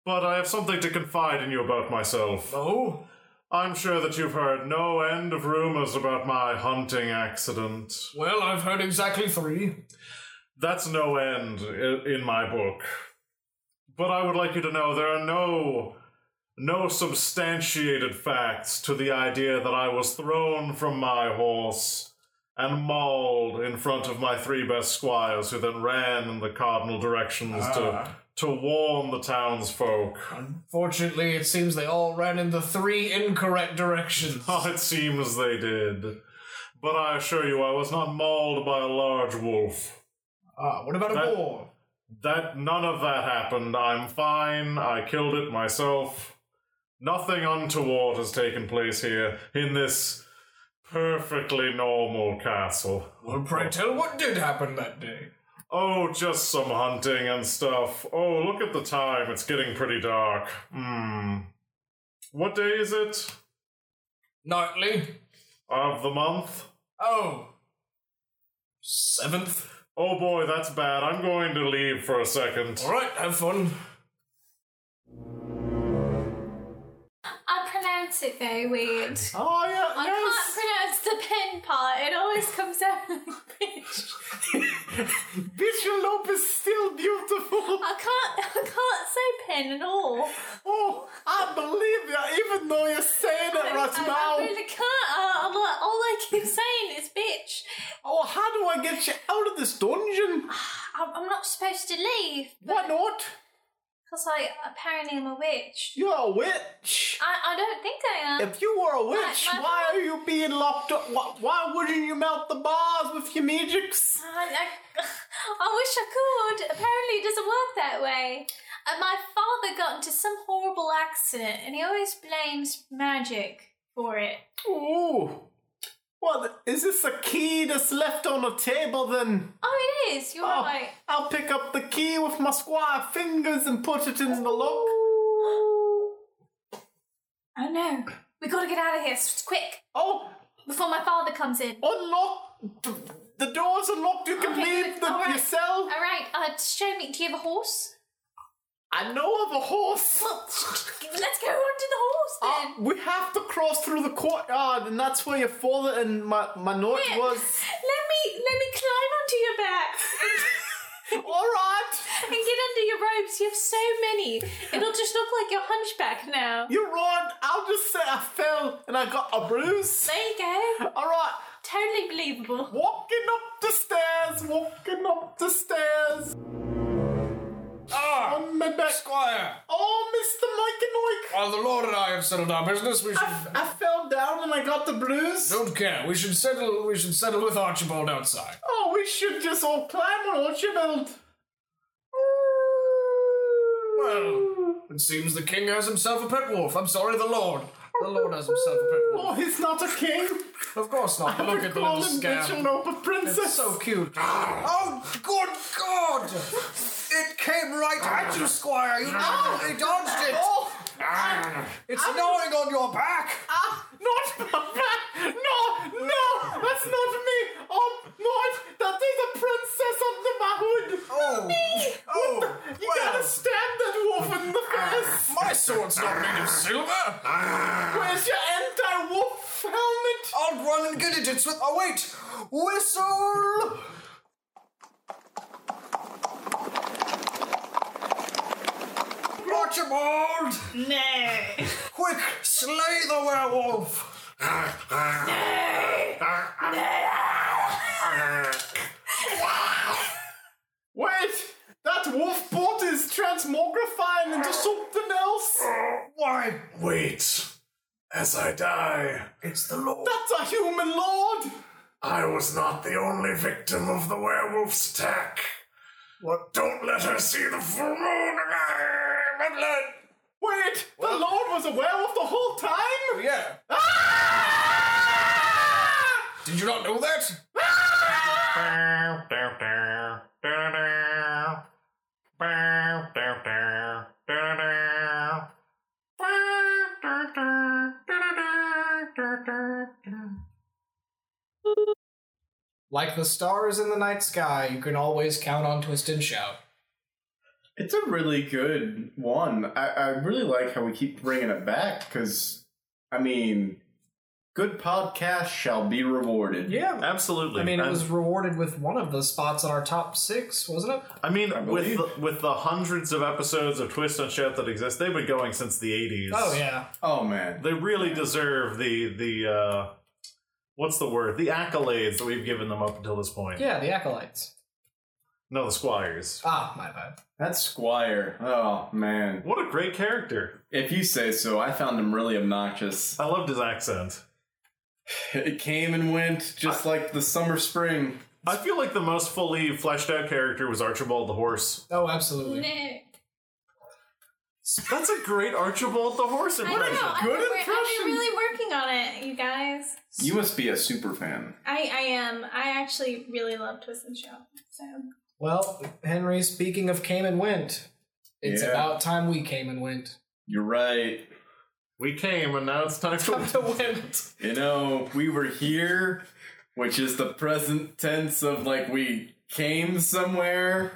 [SPEAKER 3] But I have something to confide in you about myself.
[SPEAKER 4] Oh?
[SPEAKER 3] I'm sure that you've heard no end of rumors about my hunting accident.
[SPEAKER 4] Well, I've heard exactly three.
[SPEAKER 3] That's no end i- in my book. But I would like you to know there are no no substantiated facts to the idea that I was thrown from my horse and mauled in front of my three best squires, who then ran in the cardinal directions
[SPEAKER 4] Ah.
[SPEAKER 3] to to warn the townsfolk.
[SPEAKER 4] Fortunately, it seems they all ran in the three incorrect directions.
[SPEAKER 3] Oh, it seems they did. But I assure you, I was not mauled by a large wolf.
[SPEAKER 4] Ah, what about a
[SPEAKER 3] That-
[SPEAKER 4] boar?
[SPEAKER 3] That none of that happened. I'm fine. I killed it myself. Nothing untoward has taken place here in this perfectly normal castle.
[SPEAKER 4] Well, pray tell, what did happen that day?
[SPEAKER 3] Oh, just some hunting and stuff. Oh, look at the time. It's getting pretty dark. Hmm. What day is it?
[SPEAKER 4] Nightly.
[SPEAKER 3] Of the month?
[SPEAKER 4] Oh. Seventh.
[SPEAKER 3] Oh boy, that's bad. I'm going to leave for a second.
[SPEAKER 4] Alright, have fun.
[SPEAKER 2] I pronounce it very weird.
[SPEAKER 5] Oh, yeah.
[SPEAKER 2] I can't pronounce the pen part. It always comes out <laughs> like bitch.
[SPEAKER 5] <laughs> Bitchalope is still beautiful.
[SPEAKER 2] I can't. I can't say pen at all.
[SPEAKER 5] Oh, I believe you, even though you're saying it right
[SPEAKER 2] I,
[SPEAKER 5] now.
[SPEAKER 2] I really can't. I, I'm like, all I keep saying is bitch.
[SPEAKER 5] Oh, how do I get you out of this dungeon?
[SPEAKER 2] I'm, I'm not supposed to leave.
[SPEAKER 5] Why not?
[SPEAKER 2] Because I apparently am a witch.
[SPEAKER 5] You're a witch.
[SPEAKER 2] I, I don't think I am.
[SPEAKER 5] If you were a witch,
[SPEAKER 2] my- my
[SPEAKER 5] why are you being locked up? Why, why wouldn't you melt the bars with your magics?
[SPEAKER 2] I, I, <laughs> I wish I could. Apparently, it doesn't work that way. And my father got into some horrible accident, and he always blames magic for it.
[SPEAKER 5] Ooh. What is this a key that's left on the table then?
[SPEAKER 2] Oh, it is. You're
[SPEAKER 5] Oh,
[SPEAKER 2] right.
[SPEAKER 5] I'll pick up the key with my squire fingers and put it in the lock.
[SPEAKER 2] Oh no, we gotta get out of here. s- Quick.
[SPEAKER 5] Oh.
[SPEAKER 2] Before my father comes in.
[SPEAKER 13] Oh,
[SPEAKER 5] Unlock. The door's unlocked. You can leave the,
[SPEAKER 2] all right.
[SPEAKER 5] yourself.
[SPEAKER 2] All right. Uh, show me. Do you have a horse?
[SPEAKER 13] I know of a horse.
[SPEAKER 11] <laughs>
[SPEAKER 13] Ah,
[SPEAKER 11] Let's go on to the horse then.
[SPEAKER 13] We have to cross through the courtyard, and that's where your father and my my
[SPEAKER 2] <laughs>
[SPEAKER 13] knight
[SPEAKER 11] Here,
[SPEAKER 13] was.
[SPEAKER 11] Let me let me climb onto your back.
[SPEAKER 13] All right.
[SPEAKER 11] And get under your robes. You have so many. It'll just look like you're hunchback now.
[SPEAKER 13] You're right. I'll just say I fell and I got a bruise.
[SPEAKER 11] There you go.
[SPEAKER 13] All right.
[SPEAKER 11] Totally believable.
[SPEAKER 13] Walking up the stairs. Walking up the stairs.
[SPEAKER 19] Ah,
[SPEAKER 13] on my back.
[SPEAKER 19] Squire.
[SPEAKER 13] Oh, Mr. Mike
[SPEAKER 19] While the Lord and I have settled our business, we should.
[SPEAKER 13] I fell down and I got the blues.
[SPEAKER 19] Don't care. We should settle. We should settle with Archibald outside.
[SPEAKER 13] Oh, we should just all climb on Archibald.
[SPEAKER 19] Well, it seems the king has himself a pet wolf. I'm sorry, the Lord. The Lord has himself a pet wolf.
[SPEAKER 13] Oh, he's not a king.
[SPEAKER 19] Of course not. Look at the little scab.
[SPEAKER 13] Nova princess.
[SPEAKER 19] It's so cute. oh, good God! It came right at you, Squire. You
[SPEAKER 13] Ah.
[SPEAKER 19] totally dodged it. Ah,
[SPEAKER 13] Oh.
[SPEAKER 19] It's gnawing on your back.
[SPEAKER 13] Ah, not my back. No, no, that's not me. Oh, no, that is a princess under my hood.
[SPEAKER 19] Oh,
[SPEAKER 13] oh, you gotta stab that wolf in the face.
[SPEAKER 19] My sword's not made of silver.
[SPEAKER 13] Where's your anti-wolf helmet?
[SPEAKER 19] I'll run and get it. It's with. Oh wait, whistle. Archibald!
[SPEAKER 11] No!
[SPEAKER 19] Quick, slay the werewolf!
[SPEAKER 13] Wait, that wolf bot is transmogrifying into something else.
[SPEAKER 19] Why?
[SPEAKER 20] Wait. As I die, it's the Lord.
[SPEAKER 13] That's a human lord.
[SPEAKER 20] I was not the only victim of the werewolf's attack. What? Don't let her see the full moon.
[SPEAKER 13] Wait, the lord was a werewolf the whole time?
[SPEAKER 19] Yeah.
[SPEAKER 4] Ah!
[SPEAKER 19] Did you not know that?
[SPEAKER 4] Like the stars in the night sky, you can always count on Twist and Shout.
[SPEAKER 5] It's a really good one. I, I really like how we keep bringing it back because, I mean, good podcast shall be rewarded.
[SPEAKER 4] Yeah,
[SPEAKER 5] absolutely.
[SPEAKER 4] I mean, it was rewarded with one of the spots in our top six, wasn't it?
[SPEAKER 3] I mean, with the, with the hundreds of episodes of Twist and Shout that exist, they've been going since the eighties.
[SPEAKER 4] Oh, yeah.
[SPEAKER 5] Oh man,
[SPEAKER 3] they really deserve the the uh, what's the word? The accolades that we've given them up until this point.
[SPEAKER 4] Yeah, the acolytes.
[SPEAKER 3] No, the squires.
[SPEAKER 4] Ah, my bad.
[SPEAKER 5] That Squire. Oh man,
[SPEAKER 3] what a great character!
[SPEAKER 5] If you say so, I found him really obnoxious. <laughs>
[SPEAKER 3] I loved his accent.
[SPEAKER 5] It came and went, just like the summer spring.
[SPEAKER 3] I feel like the most fully fleshed out character was Archibald the horse.
[SPEAKER 4] Oh, absolutely.
[SPEAKER 3] That's a great Archibald the horse
[SPEAKER 14] I know.
[SPEAKER 3] impression.
[SPEAKER 14] I've been, wor- I've been really working on it, you guys.
[SPEAKER 5] You must be a super fan.
[SPEAKER 14] I, I am. I actually really love Twist and Shout. So
[SPEAKER 4] Well, Henry, speaking of came and went, it's
[SPEAKER 5] Yeah.
[SPEAKER 4] about time we came and <laughs> went.
[SPEAKER 5] You're right.
[SPEAKER 3] We came, and now it's time
[SPEAKER 4] to, went.
[SPEAKER 5] You know, we were here, which is the present tense of like we came somewhere,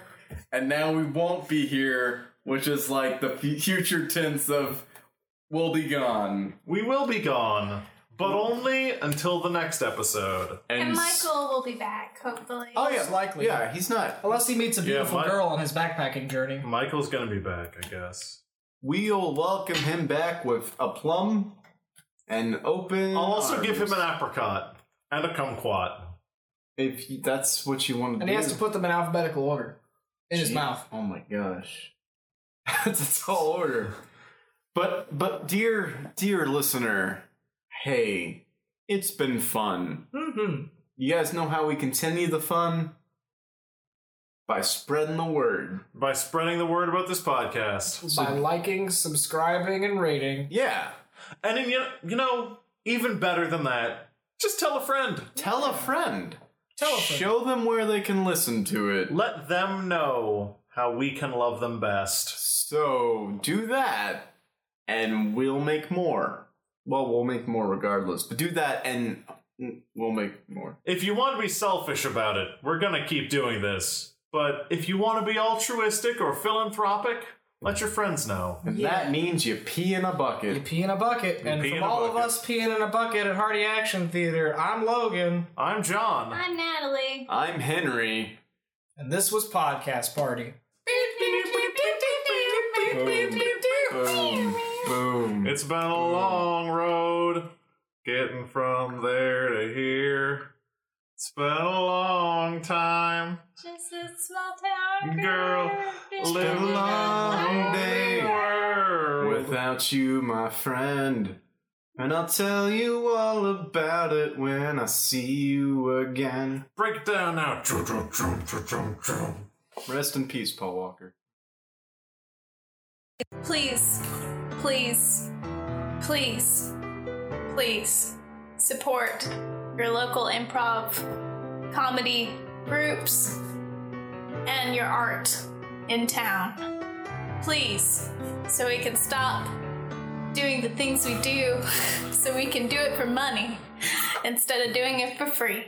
[SPEAKER 5] and now we won't be here, which is like the fu- future tense of we'll be gone.
[SPEAKER 3] We will be gone, but only until the next episode.
[SPEAKER 14] and, Michael will be back hopefully.
[SPEAKER 3] Oh,
[SPEAKER 4] Oh, likely.
[SPEAKER 5] Yeah, he's not.
[SPEAKER 4] Unless he meets a
[SPEAKER 3] Yeah,
[SPEAKER 4] beautiful
[SPEAKER 3] Mi-
[SPEAKER 4] girl on his backpacking journey.
[SPEAKER 3] Michael's gonna be back, I guess.
[SPEAKER 5] We'll welcome him back with a plum and open.
[SPEAKER 3] I'll also give him an apricot and a kumquat.
[SPEAKER 5] If he- that's what you want to
[SPEAKER 4] And
[SPEAKER 5] do.
[SPEAKER 4] he has to put them in alphabetical order in his
[SPEAKER 5] Gee,
[SPEAKER 4] mouth.
[SPEAKER 5] Oh my
[SPEAKER 4] <laughs>
[SPEAKER 5] gosh. That's a tall order. But but dear dear listener, hey, it's been fun.
[SPEAKER 4] Mm-hmm.
[SPEAKER 5] You guys know how we continue the fun? By spreading the word.
[SPEAKER 3] By spreading the word about this podcast.
[SPEAKER 4] By liking, subscribing, and rating.
[SPEAKER 5] Yeah.
[SPEAKER 3] And then, you know, you know, even better than that, just tell a friend.
[SPEAKER 5] Tell a friend.
[SPEAKER 4] Tell
[SPEAKER 3] a friend.
[SPEAKER 5] Show them where they can listen to it.
[SPEAKER 3] Let them know how we can love them best.
[SPEAKER 5] So do that, and we'll make more. Well, we'll make more regardless. But do that, and we'll make more.
[SPEAKER 3] If you want to be selfish about it, we're gonna keep doing this. But if you want to be altruistic or philanthropic, Let your friends know.
[SPEAKER 5] And that means you pee in a bucket. You
[SPEAKER 4] pee in a bucket.
[SPEAKER 5] and
[SPEAKER 4] From all of us peeing in a bucket at Hardy Action Theater, I'm Logan.
[SPEAKER 3] I'm John.
[SPEAKER 2] I'm Natalie.
[SPEAKER 5] I'm Henry.
[SPEAKER 4] And this was Podcast Party.
[SPEAKER 3] Boom. Boom. It's been a long road getting from there to here. It's been a long time.
[SPEAKER 2] Just a small town
[SPEAKER 3] Girl, live a long day.
[SPEAKER 5] Without you, my friend. And I'll tell you all about it when I see you again.
[SPEAKER 3] Break down now.
[SPEAKER 5] Rest in peace, Paul Walker.
[SPEAKER 2] Please, please, please, please support your local improv, comedy groups, and your art in town. Please, so we can stop doing <laughs> the things we do, so we can do it for money instead of doing it for free.